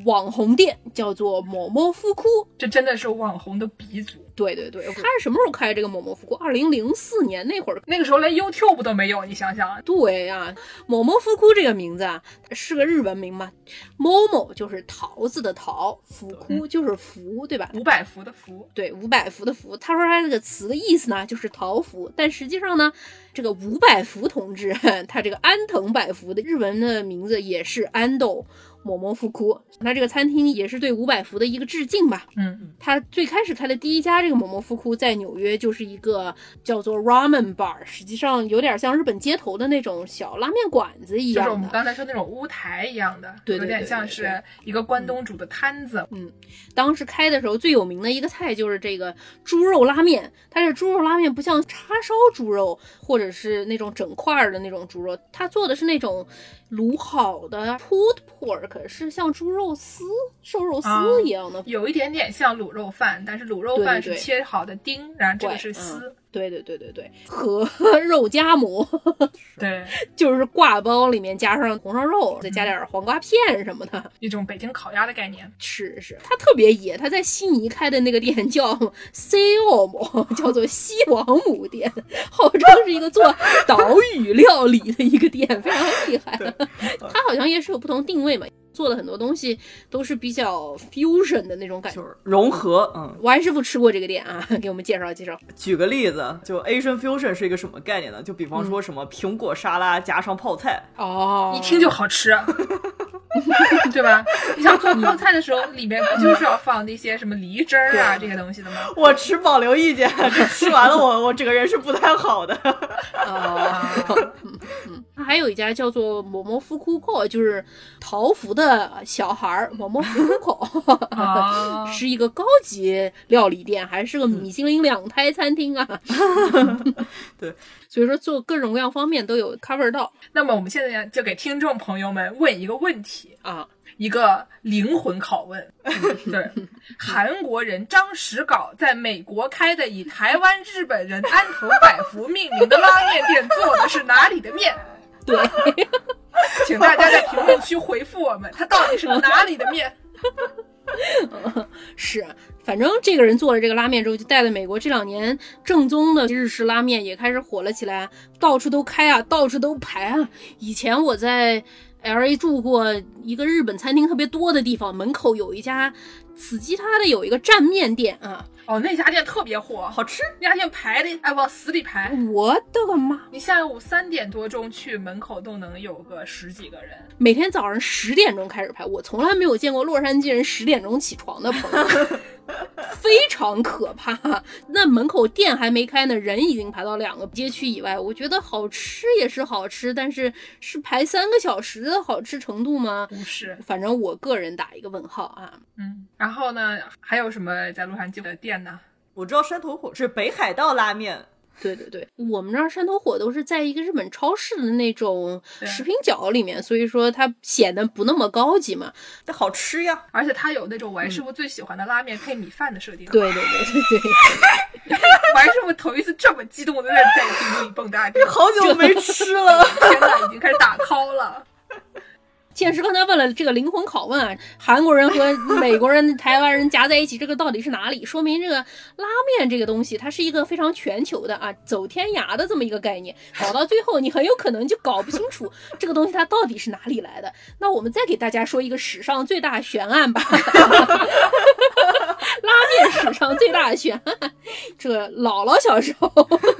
S3: 网红店，叫做某某夫库。
S2: 这真的是网红的鼻祖。
S3: 对对对，他是什么时候开这个某某夫库？二零零四年那会儿。
S2: 那个时候连 YouTube 都没有，你想想，
S3: 对呀、某某夫库这个名字啊，是个日文名嘛。某某就是桃子的桃，福库就是福，对吧？
S2: 五百伏的伏，
S3: 对，五百伏的伏。他说他这个词的意思呢，就是桃符，但实际上呢，这个五百伏同志，他这个安藤百福的日文的名字也是安斗某某福库，那这个餐厅也是对五百伏的一个致敬吧。
S2: 嗯，
S3: 他最开始开的第一家这个某某福库在纽约就是一个叫做 Ramen Bar，实际上有点像日本街头的那种小拉面馆子一
S2: 就是我
S3: 样
S2: 们
S3: 的。
S2: 刚才说那种乌台一样的，
S3: 对
S2: 有
S3: 对对嗯
S2: 点像是一个关东煮的摊子。
S3: 当时开的时候最有名的一个菜就是这个猪肉拉面，它这猪肉拉面不像叉烧猪肉或者是那种整块儿的那种猪肉，它做的是那种卤好的 pulled pork，是像猪肉丝、瘦肉丝一样的。
S2: 有一点点像卤肉饭，但是卤肉饭
S3: 对
S2: 是
S3: 对对
S2: 切好的丁，然后这个
S3: 对嗯
S2: 是丝，
S3: 对对对对对，和 *laughs* 肉夹馍 *laughs*
S2: 对，
S3: 就是挂包里面加上红烧肉，再加点黄瓜片什么的。
S2: 一种北京烤鸭的概念。
S3: 是是，他特别野，他在悉尼开的那个店 *laughs* 叫 C O *laughs* M，叫做西王母店，号称是一个做岛屿料理的一个店，非常厉害。他好像也是有不同定位嘛，做的很多东西都是比较 fusion 的那种感觉
S4: 就。是融合，嗯，
S3: 王安师傅吃过这个店啊， *laughs* 给我们介绍介绍。
S4: 举个例子，就 Asian fusion 是一个什么概念呢？就比方说什么苹果沙拉加上泡菜，
S3: 哦
S2: 一听就好吃，啊
S3: *laughs*
S2: 对吧？你想做泡菜的时候，里面不就是要放那些什么梨汁儿啊这些东西的吗？
S4: 我持保留意见，这吃完了我我整个人是不太好的。 *laughs*
S3: 哦，
S2: 啊，
S3: 它还有一家叫做某某福库口，就是桃福的小孩儿某某福库口。
S2: 啊
S3: 是一个高级料理店，还是个米其林两胎餐厅 *laughs* 啊？
S4: 对，
S3: 所以说做各种各样方面都有 cover 到
S2: 那么我们现在呢就给听众朋友们问一个问题，
S3: 啊。
S2: 一个灵魂拷问。对，韩国人张石镐在美国开的以台湾日本人安藤百福命名的拉面店，做的是哪里的面？
S3: 对，
S2: *laughs* 请大家在评论区回复我们，它到底是哪里的面？
S3: 是，反正这个人做了这个拉面之后，就带了美国这两年正宗的日式拉面也开始火了起来，到处都开啊，到处都排啊。以前我在 L A 住过一个日本餐厅特别多的地方，门口有一家死鸡他的有一个蘸面店啊，
S2: 哦，那家店特别火，
S4: 好吃，
S2: 那家店排的哎往死里排。
S3: 我的个妈！
S2: 你下午三点多钟去，门口都能有个十几个人。
S3: 每天早上十点钟开始排，我从来没有见过洛杉矶人十点钟起床的朋友，非常可怕。那门口店还没开呢，人已经排到两个街区以外。我觉得好吃也是好吃，但是是排三个小时的好吃程度吗？
S2: 不是，
S3: 反正我个人打一个问号啊。
S2: 嗯，然后呢，还有什么在洛杉矶的店呢？
S4: 我知道山头火是北海道拉面，
S3: 对对对，我们这儿山头火都是在一个日本超市的那种
S2: 对
S3: 食品角里面，所以说它显得不那么高级嘛。
S4: 但好吃呀。
S2: 而且它有那种王师傅最喜欢的拉面配米饭的设定。啊
S3: 对对对对对。
S2: 王师傅头一次这么激动的在在屏幕里蹦跶，
S4: 好久没吃了，
S2: 天呐，已经开始打 call 了。
S3: 现实刚才问了这个灵魂拷问啊，韩国人和美国人、台湾人夹在一起，这个到底是哪里？说明这个拉面这个东西，它是一个非常全球的啊，走天涯的这么一个概念。搞到最后，你很有可能就搞不清楚这个东西它到底是哪里来的。那我们再给大家说一个史上最大悬案吧， *laughs* 拉面史上最大悬案。这个姥姥小时候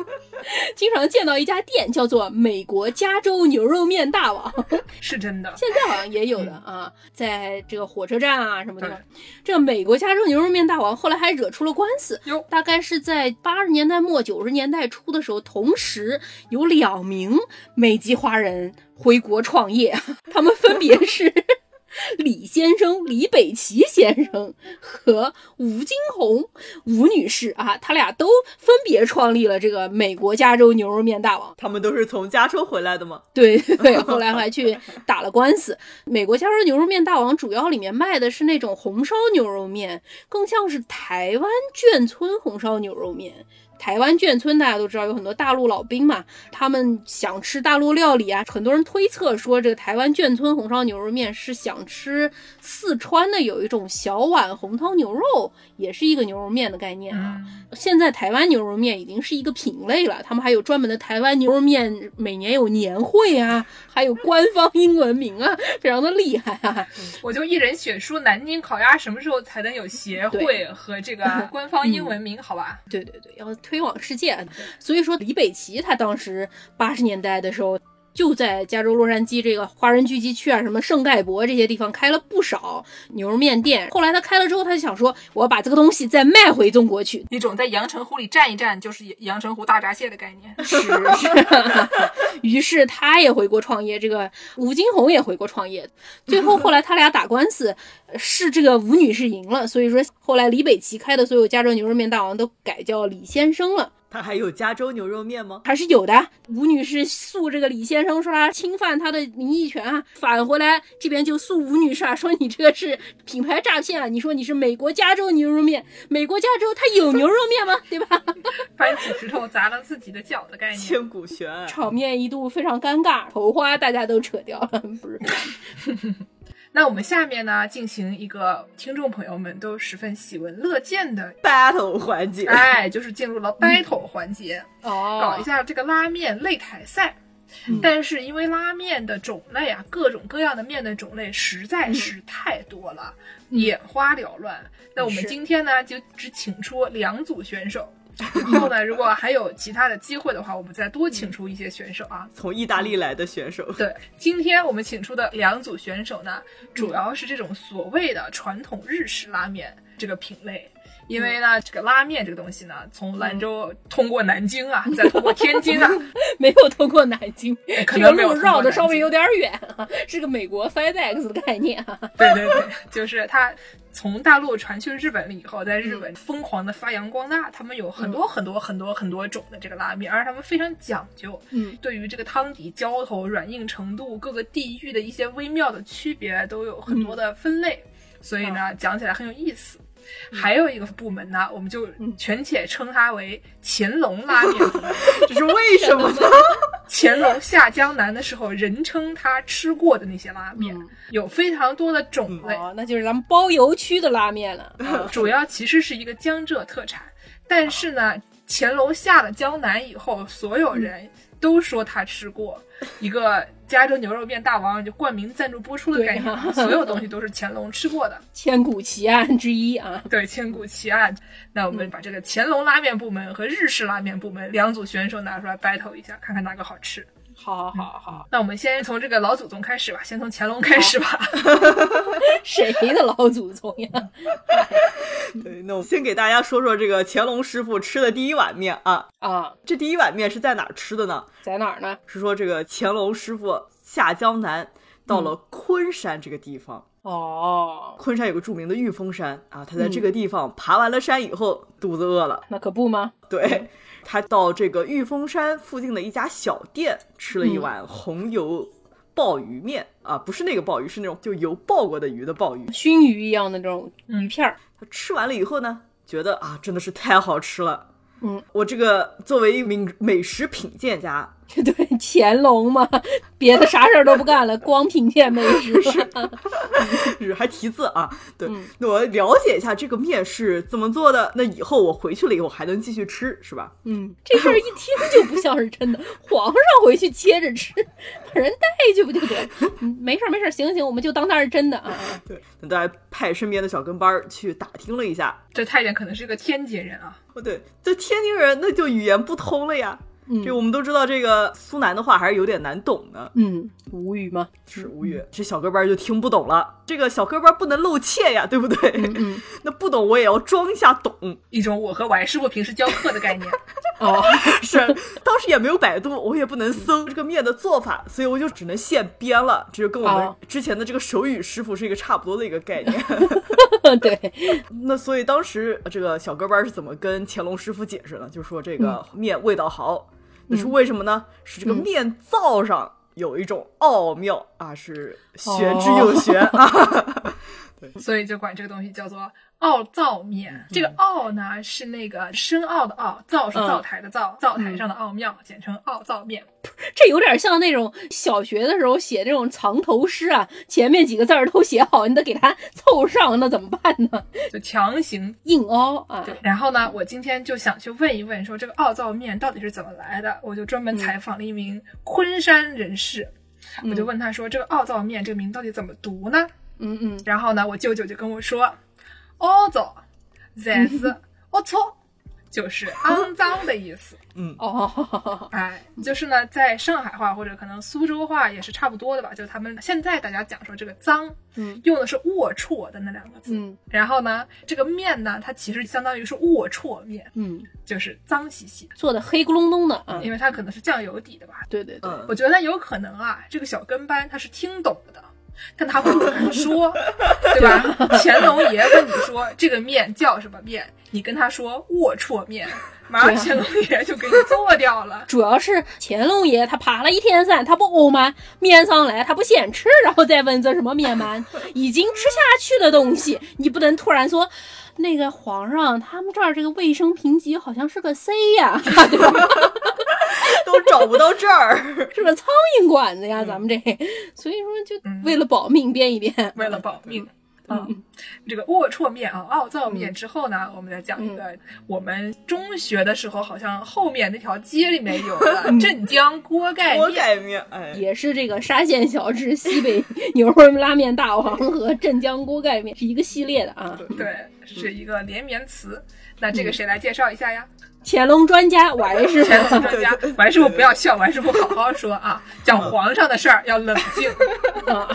S3: *laughs* 经常见到一家店叫做美国加州牛肉面大王。
S2: 是真的，
S3: 现在好像也有的啊，在这个火车站啊什么的。这美国加州牛肉面大王后来还惹出了官司
S2: 哟，
S3: 大概是在八十年代末九十年代初的时候，同时有两名美籍华人回国创业，他们分别是。李先生、李北齐先生和吴金红吴女士啊，他俩都分别创立了这个美国加州牛肉面大王。
S4: *laughs* 他们都是从加州回来的吗？
S3: 对 *laughs* 对对，后来还去打了官司。美国加州牛肉面大王主要里面卖的是那种红烧牛肉面，更像是台湾眷村红烧牛肉面。台湾眷村大家都知道有很多大陆老兵嘛，他们想吃大陆料理啊，很多人推测说这个台湾眷村红烧牛肉面是想吃四川的有一种小碗红汤牛肉，也是一个牛肉面的概念啊。
S2: 嗯，
S3: 现在台湾牛肉面已经是一个品类了，他们还有专门的台湾牛肉面，每年有年会啊，还有官方英文名啊， *laughs* 非常的厉害啊。
S2: 我就一人选出南京烤鸭什么时候才能有协会
S3: 对
S2: 和这 *laughs* 个官方英文名，好吧？
S3: 对对对，要推广世界啊。所以说，李北齐他当时八十年代的时候，就在加州洛杉矶这个华人聚集区啊，什么圣盖博这些地方开了不少牛肉面店。后来他开了之后，他就想说，我要把这个东西再卖回中国去，
S2: 一种在阳澄湖里站一站就是阳澄湖大闸蟹的概念。
S3: 是，于是他也回国创业，这个吴金红也回国创业。最后后来他俩打官司，呃是这个吴女士赢了，所以说后来李北齐开的所有加州牛肉面大王都改叫李先生了，
S4: 他还有加州牛肉面吗？
S3: 还是有的。吴女士诉这个李先生说他侵犯她的名誉权啊，返回来这边就诉吴女士啊，说你这个是品牌诈骗啊，你说你是美国加州牛肉面，美国加州它有牛肉面吗？ *laughs* 对吧？
S2: 搬起石头砸了自己的脚的概念。
S4: 千古悬案。
S3: 场面一度非常尴尬，头花大家都扯掉了，不是。
S2: 那我们下面呢，进行一个听众朋友们都十分喜闻乐见的，
S4: battle 环节，
S2: 哎，就是进入了 battle 环节。
S3: 哦嗯
S2: 搞一下这个拉面擂台赛。但是因为拉面的种类啊，各种各样的面的种类实
S3: 嗯
S2: 在是太多了，眼花缭乱。那我们
S3: 是
S2: 今天呢，就只请出两组选
S3: *laughs*
S2: 手。以后呢，如果还有其他的机会的话，我们再多
S3: 嗯
S2: 请出一些选手啊。
S4: 从意大利来的选手， *laughs*
S2: 对，今天我们请出的两组选手呢，主
S3: 嗯
S2: 要是这种所谓的传统日式拉面这个品类。
S3: 嗯
S2: 因为呢，这个拉面这个东西呢，从兰州通过南京啊，再通过天津啊，
S3: 没有通过南京，
S2: 可
S3: 这
S2: 能
S3: 个
S2: 没有
S3: 路
S2: 通过
S3: 绕的
S2: 南
S3: 稍微
S2: 京
S3: 有点远啊， *laughs* 是个美国 FedEx 的概念啊。
S2: 对对对，就是他从大陆传去日本了以后，在日
S3: 嗯
S2: 本疯狂的发扬光大。他们有很多很多很多很多种的这个拉面，而他们非常讲究，
S3: 嗯，
S2: 对于这个汤底、浇头、软硬程度、各个地域的一些微妙的区别，都有很
S3: 嗯
S2: 多的分类。所以呢，讲起来很有意思。
S3: 嗯
S2: 还有一个部门呢，我们就全且称它为乾隆
S3: *laughs*
S2: 拉面部门。
S4: 这是为什么呢？
S2: 乾隆下江南的时候，人称他吃过的那些拉面，
S3: 嗯
S2: 有非常多的种类。呃
S3: 哦，那就是咱们包邮区的拉面了。 *laughs*
S2: 主要其实是一个江浙特产，但是呢，乾隆下了江南以后，所有人都说他吃过一个加州牛肉面大王，就冠名赞助播出的概念，
S3: 对啊
S2: 所有东西都是乾隆吃
S3: *laughs*
S2: 过的，
S3: 千古奇案之一啊！
S2: 对，千古奇案。那我们把这个乾隆拉面部门和日式拉面部门两组选手拿出来 battle 一下，看看哪个好吃。
S3: 好好好，
S2: 那我们先从这个老祖宗开始吧，先从乾隆开始吧。
S3: 谁的老祖宗呀？
S4: 对，那我先给大家说说这个乾隆师傅吃的第一碗面啊，
S3: *laughs* 啊，
S4: 这第一碗面是在哪儿吃的呢？
S3: 在哪儿呢？
S4: 是说这个乾隆师傅下江南，到了昆山这个地方。
S3: 哦，
S4: 昆山有个著名的玉峰山啊，他在这个地方爬完了山以后，肚子饿了，
S3: 那可不吗？
S4: 对 *laughs* 他到这个玉峰山附近的一家小店吃了一碗红油鲍鱼面、啊，不是那个鲍鱼，是那种就油爆过的鱼的鲍鱼。
S3: 熏鱼一样的这种 *laughs*
S2: 嗯
S3: 鱼片儿，
S4: 他吃完了以后呢，觉得啊，真的是太好吃了。
S3: 嗯，
S4: 我这个作为一名美食品鉴家，
S3: 对，乾隆嘛， *laughs* 别的啥事儿都不干了， *laughs* 光品鉴美食了。
S4: 是 *laughs* 还题字啊，对，
S3: 嗯
S4: 那我了解一下这个面是怎么做的。那以后我回去了以后还能继续吃，是吧？
S3: 嗯，这事儿一听就不像是真的。 *laughs* 皇上回去接着吃，把人带去不就得？嗯没事儿没事儿，行行，我们就当它是真的啊。啊
S4: 对，那大家派身边的小跟班儿去打听了一下，
S2: 这太监可能是个天津人啊，
S4: 不对，这天津人那就语言不通了呀。
S3: 嗯
S4: 这我们都知道，这个苏南的话还是有点难懂的，
S3: 嗯，无语吗？
S4: 是吴越，嗯这小哥班儿就听不懂了。这个小哥班儿不能露怯呀， *laughs* 对不对？
S3: 嗯
S4: 那不懂我也要装一下
S3: *laughs*
S4: 懂。
S2: 一种我和婉师傅平时教课的概念。 *laughs*
S3: 哦， *laughs*
S4: 是，当时也没有百度，我也不能搜这个面的做法，所以我就只能现编了。这就跟我们
S3: 哦
S4: 之前的这个手语师傅是一个差不多的一个概念。 *laughs*
S3: 对，
S4: 那所以当时呃这个小哥班儿是怎么跟乾隆师傅解释呢？就说这个面味道好，那是为什么呢？是这个面灶上有一种奥妙啊，是玄之又玄、
S3: 嗯哦 *laughs*
S4: 啊。
S2: 所以就管这个东西叫做奥灶面。这个奥呢是那个深奥的奥，灶是灶台的灶，灶台上的奥妙，简称奥灶面。
S3: 这有点像那种小学的时候写这种藏头诗啊，前面几个字儿都写好，你得给它凑上，那怎么办呢？
S2: 就强行。
S3: 硬凹啊
S2: 对，，然后呢，我今天就想去问一问，说这个奥灶面到底是怎么来的？我就专门采访了一名昆山人士，我就问他说，这个奥灶面这个名到底怎么读呢？
S3: 嗯嗯，
S2: 然后呢，我舅舅就跟我说，凹糟，才是龌龊，就是肮脏的意思。
S3: 哦， *laughs*
S2: 哎，就是呢，在上海话或者可能苏州话也是差不多的吧，就是他们现在大家讲说这个脏，
S3: 嗯
S2: 用的是龌龊的那两个字。
S3: 嗯
S2: 然后呢，这个面呢，它其实相当于是龌龊面，
S3: 嗯，
S2: 就是脏兮兮，
S3: 做的黑咕隆咚的啊，
S2: 因为它可能是酱油底的吧。
S3: 对对对，
S4: *laughs* 嗯，
S2: 我觉得有可能啊，这个小跟班他是听懂了的，但他不敢
S4: *laughs*
S2: 说，对吧？
S4: 啊
S2: 乾隆爷问你说这个面叫什么面，你跟他说龌龊面，马上乾隆爷就给你做掉了。
S3: 主要是乾隆爷他爬了一天山，他不呕吗？面上来他不先吃，然后再问这什么
S2: *laughs*
S3: 面吗？已经吃下去的东西，你不能突然说。那个皇上，他们这儿这个卫生评级好像是个 C
S2: *laughs*
S3: 呀、对吧？
S4: *laughs* 都找不到这儿。
S3: 是个苍蝇馆子呀，咱们这，所以说就
S2: 嗯
S3: 为了保命编一编。
S2: 为了保命。
S4: 嗯
S2: 啊、这个龌龊面啊，奥灶面之后呢，我们再讲一个我们中学的时候，好像后面那条街里面有
S4: *laughs*
S2: 的镇江锅盖
S4: 嗯锅
S2: 面。
S4: 盖面，哎，
S3: 也是这个沙县小吃、西北牛肉拉面大王和镇江锅盖面是一个系列的啊。
S2: 对，是一个连绵词。那
S4: 嗯
S2: 这个谁来介绍一下呀？
S3: 乾隆专家，我还
S2: *laughs*
S3: 是
S2: 乾隆专家，王师傅不要笑，王师傅好好说啊，讲皇上的事儿要冷静。
S3: *laughs* 啊，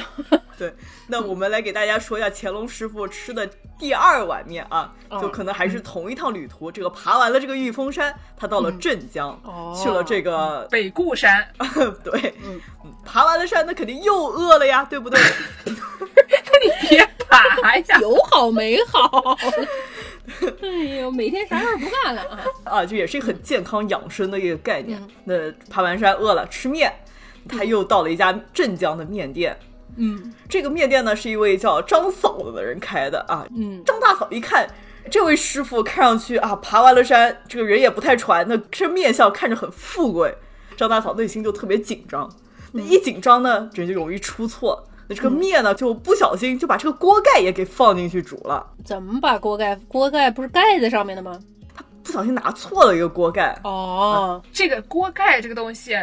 S4: 对。那我们来给大家说一下乾隆师傅吃的第二碗面啊，
S3: 嗯
S4: 就可能还是同一趟旅途。这个爬完了这个玉峰山，他到了镇江，
S3: 哦
S4: 去了这个
S2: 北固山，
S4: *laughs* 对，嗯爬完了山，那肯定又饿了呀，对不对？
S2: 别爬
S3: *laughs*
S2: 呀！
S3: 有好没好。 *laughs* 哎呦，每天啥事儿不干了啊？
S4: 啊，就也是一个很健康养生的一个概念。那爬完山饿了，吃面，他又到了一家镇江的面店。
S3: 嗯
S4: 这个面店呢，是一位叫张嫂子的人开的啊。
S3: 嗯，
S4: 张大嫂一看。这位师傅看上去啊，爬完了山，这个人也不太传，那这面相看着很富贵。张大嫂内心就特别紧张，那一紧张呢，人就容易出错。那这个面呢，就不小心就把这个锅盖也给放进去煮了。
S3: 怎么把锅盖？锅盖不是盖在上面的吗？
S4: 不小心拿错了一个锅盖，
S3: 哦，
S2: 这个锅盖这个东西，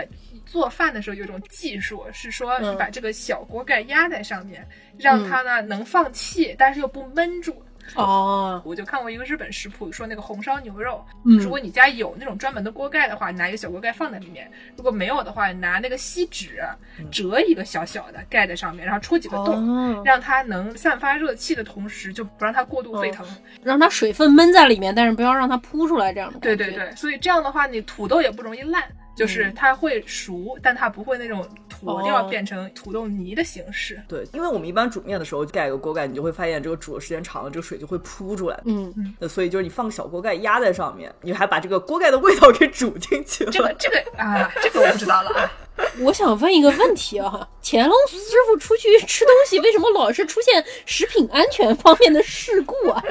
S2: 做饭的时候有一种技术，是说
S3: 嗯
S2: 你把这个小锅盖压在上面，让它呢能放气，但是又不闷住。
S3: 哦，
S2: 我就看过一个日本食谱，说那个红烧牛肉，
S3: 嗯
S2: 如果你家有那种专门的锅盖的话，拿一个小锅盖放在里面；如果没有的话，拿那个锡纸
S3: 嗯
S2: 折一个小小的盖在上面，然后戳几个洞。
S3: 哦，
S2: 让它能散发热气的同时，就不让它过
S3: 哦
S2: 度沸腾。
S3: 让它水分闷在里面，但是不要让它扑出来，这样的。
S2: 对对，对，所以这样的话，你土豆也不容易烂，就是它会熟，但它不会那种坨掉
S3: 嗯哦
S2: 变成土豆泥的形式。
S4: 对，因为我们一般煮面的时候盖个锅盖，你就会发现这个煮的时间长了，这个水就会扑出来。
S3: 嗯，
S4: 那所以就是你放个小锅盖压在上面，你还把这个锅盖的味道给煮进去了。
S2: 这个这个啊，这个我不知道了啊。
S3: *laughs* 我想问一个问题啊， *laughs* 乾隆师傅出去吃东西，为什么老是出现食品安全方面的事故啊？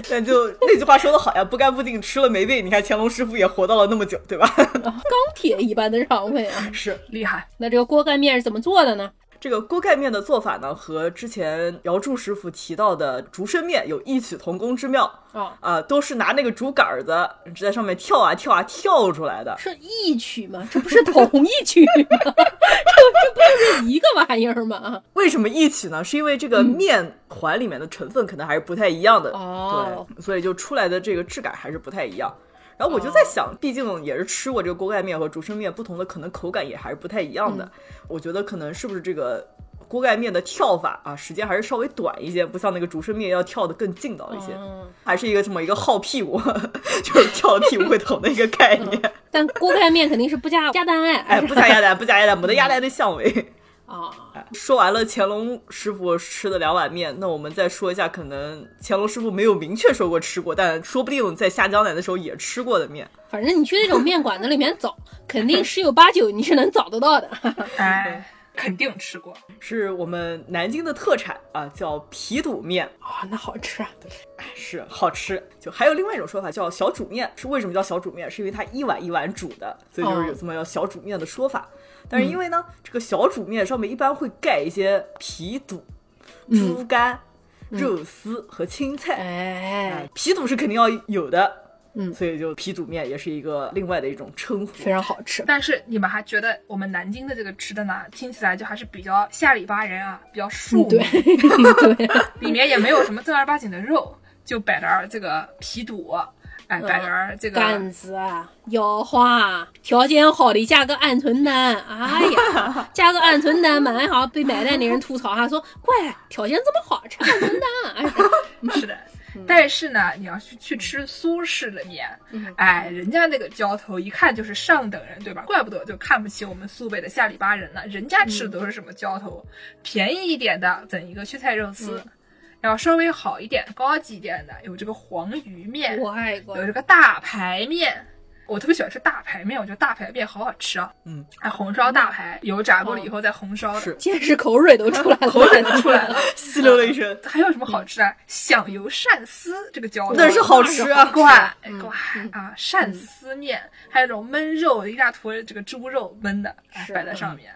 S3: *laughs*
S4: 但就那句话说的好呀，不干不净吃了没病。你看乾隆师傅也活到了那么久，对吧？ *laughs*
S3: 钢铁一般的肠胃啊。
S4: 是
S2: 厉害，
S3: 那这个锅盖面是怎么做的呢？
S4: 这个锅盖面的做法呢，和之前姚柱师傅提到的竹升面有异曲同工之妙
S3: 啊，
S4: 啊、都是拿那个竹杆儿子在上面跳啊跳啊跳出来的。
S3: 是一曲吗？这不是同一曲吗？ *laughs* 这这不就是一个玩意儿吗？啊
S4: 为什么一起呢？是因为这个面环里面的成分可能还是不太一样的，
S3: 哦
S4: 对，所以就出来的这个质感还是不太一样。然后我就在想，毕竟也是吃过这个锅盖面和竹升面，不同的可能口感也还是不太一样的。我觉得可能是不是这个锅盖面的跳法啊，时间还是稍微短一些，不像那个竹升面要跳得更劲道一些，
S3: 嗯，
S4: 还是一个这么一个耗屁股， *laughs* 就是跳屁股会疼的一个概念。
S3: 但锅盖面肯定是不加鸭蛋
S4: *laughs* 哎，
S3: 哎
S4: 不加鸭蛋，不加鸭蛋，没得鸭蛋的香味。
S3: 啊，
S4: 说完了乾隆师傅吃的两碗面，那我们再说一下，可能乾隆师傅没有明确说过吃过，但说不定在下江南的时候也吃过的面。
S3: 反正你去那种面馆子里面找，肯定十有八九你是能找得 *laughs* 到的。
S2: 哎，肯定吃过。
S4: 是我们南京的特产啊，叫皮肚面，
S3: 啊，那好吃啊！
S4: 是好吃。就还有另外一种说法叫小煮面，是为什么叫小煮面？是因为它一碗一碗煮的，所以就是有这么叫小煮面的说法。但是因为呢，这个小煮面上面一般会盖一些皮肚、猪肝、肉丝和青菜。
S3: 哎
S4: 哎，，皮肚是肯定要有的。
S3: 嗯
S4: 所以就皮肚面也是一个另外的一种称呼。
S3: 非常好吃。
S2: 但是你们还觉得我们南京的这个吃的呢，听起来就还是比较下里巴人啊，比较
S3: 嗯
S2: 庶
S3: 对
S2: 民，
S3: 对， *laughs*
S2: 里面也没有什么正儿八经的肉，就摆点儿这个皮肚，哎，
S3: 嗯
S2: 摆点儿这个
S3: 杆子、腰花，条件好的加个鹌鹑蛋，哎
S2: *laughs*
S3: 呀，加个鹌鹑蛋，买好被买蛋的人吐槽哈，说乖，条件这么好，吃鹌鹑蛋，哎呀，
S2: 是的。但是呢，你要去去吃苏式的面，哎，人家那个浇头一看就是上等人，对吧？怪不得就看不起我们苏北的下里巴人呢。人家吃的都是什么浇头，便宜一点的整一个蕨菜肉丝，然后稍微好一点、高级一点的有这个黄鱼面，
S3: 哎我爱过
S2: 有。这个大排面。我特别喜欢吃大排面，我觉得大排面好好吃啊！
S4: 嗯，
S2: 哎，红烧大排，油炸过了以后再红烧的， *laughs*
S4: 是
S3: 见识口水都出来了，
S2: 口水都出来
S3: *laughs*
S2: 了。
S4: 吸溜了一声，
S2: 还有什么好吃的？啊响油鳝丝这个浇头，
S4: 那是好吃啊！
S2: 怪怪啊，鳝丝面，还有那种焖肉，一大坨这个猪肉焖的，哎
S3: 是
S2: 摆在上面。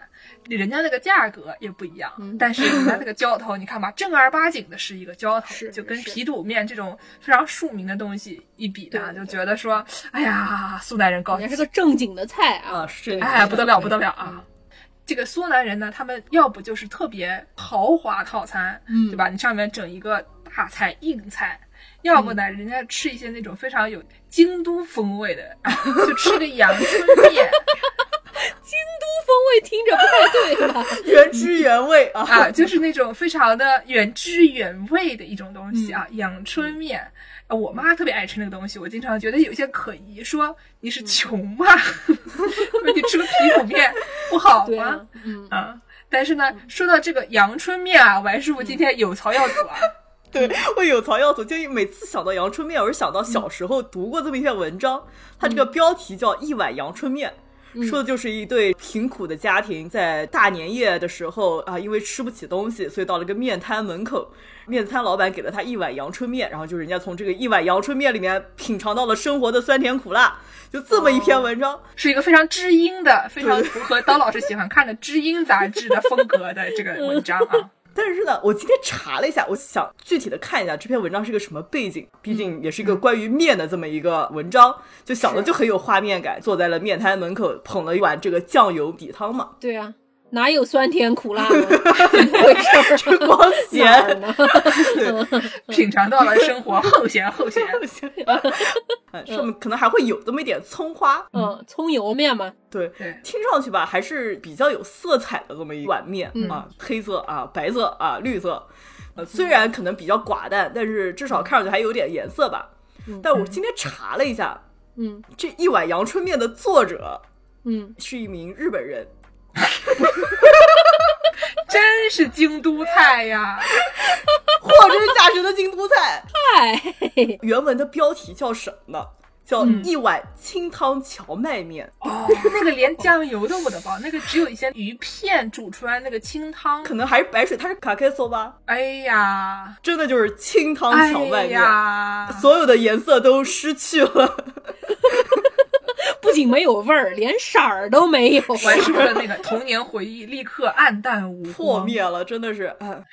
S2: 人家那个价格也不一样，但是人家那个浇头，你看吧，正儿八经的是一个浇头
S3: 是，
S2: 就跟
S3: 是
S2: 皮肚面这种非常庶民的东西一比呢，
S3: 对
S2: 就觉得说，哎呀，苏南人高
S3: 人家
S2: 级
S3: 是，个正经的菜啊，
S4: 啊，是这个
S2: 哎，不得了，不得了啊！这个苏南人呢，他们要不就是特别豪华套餐，
S3: 嗯
S2: 对吧？你上面整一个大菜硬菜，要不呢，
S3: 嗯
S2: 人家吃一些那种非常有京都风味的，就吃个阳春
S3: *laughs*
S2: 面
S3: 风味听着不太对吧？
S4: *laughs* 原汁原味啊！
S2: 啊，就是那种非常的原汁原味的一种东西啊，
S3: 嗯
S2: 阳春面。啊我妈特别爱吃那个东西，我经常觉得有些可疑，说你
S3: 嗯
S2: 是穷吗？ *laughs* 说你吃个皮肚面不 *laughs* 好
S3: 对
S2: 吗
S3: 啊？，嗯，
S2: 啊。但是呢，说到这个阳春面啊，王师傅
S3: 嗯
S2: 今天有槽要吐啊，
S4: *laughs* 对，我有槽要吐，就每次想到阳春面，我是想到小时候读过这么一篇文章，它这个标题叫《一碗阳春面》。说的就是一对贫苦的家庭在大年夜的时候啊，因为吃不起东西，所以到了一个面摊门口，面摊老板给了他一碗阳春面，然后就是人家从这个一碗阳春面里面品尝到了生活的酸甜苦辣，就这么一篇文章。
S2: 是一个非常知音的，非常
S4: 对
S2: 符合刀老师喜欢看的知音杂志的风格的这个文章啊。
S4: 但是呢，我今天查了一下，我想具体的看一下这篇文章是个什么背景，毕竟也是一个关于面的这么一个文章，就想的
S3: 是
S4: *laughs* 就很有画面感。坐在了面摊门口，捧了一碗这个酱油底汤嘛，
S3: 对啊，哪有酸甜苦辣
S2: *laughs*
S3: 呢？怎么回事儿？
S4: 光
S3: 哪儿
S4: 咸，
S3: 呢？
S4: 嗯
S2: 品尝到了生活后咸后咸。
S4: 呃上面可能还会有那么一点葱花，
S3: *laughs* 嗯，葱油面嘛，
S4: 对，
S2: 对，
S4: 听上去吧还是比较有色彩的这么一碗面、
S3: 嗯
S4: 啊，黑色啊，白色啊，绿色，呃，虽然可能比较寡淡，但是至少看上去还有点颜色吧。
S3: 嗯
S4: 但我今天查了一下，
S3: 嗯
S4: 这一碗阳春面的作者
S3: 嗯，
S4: 是一名日本人，
S2: 真是京都菜呀！
S4: 货真价实的京都菜。
S3: 嗨，
S4: 原文的标题叫什么呢？叫
S2: 嗯
S4: 一碗清汤荞麦面，
S2: 哦，那个连酱油都不得包，那个只有一些鱼片煮出来那个清汤。
S4: 可能还是白水，它是卡克索吧，
S2: 哎呀，
S4: 真的就是清汤
S2: 哎
S4: 荞麦面，
S2: 呀，
S4: 所有的颜色都失去了。 *laughs*
S3: 不仅没有味儿，连色儿都没有。
S2: 完事的那个童年回忆立刻暗淡无光
S4: 破。灭了，真的是，哎，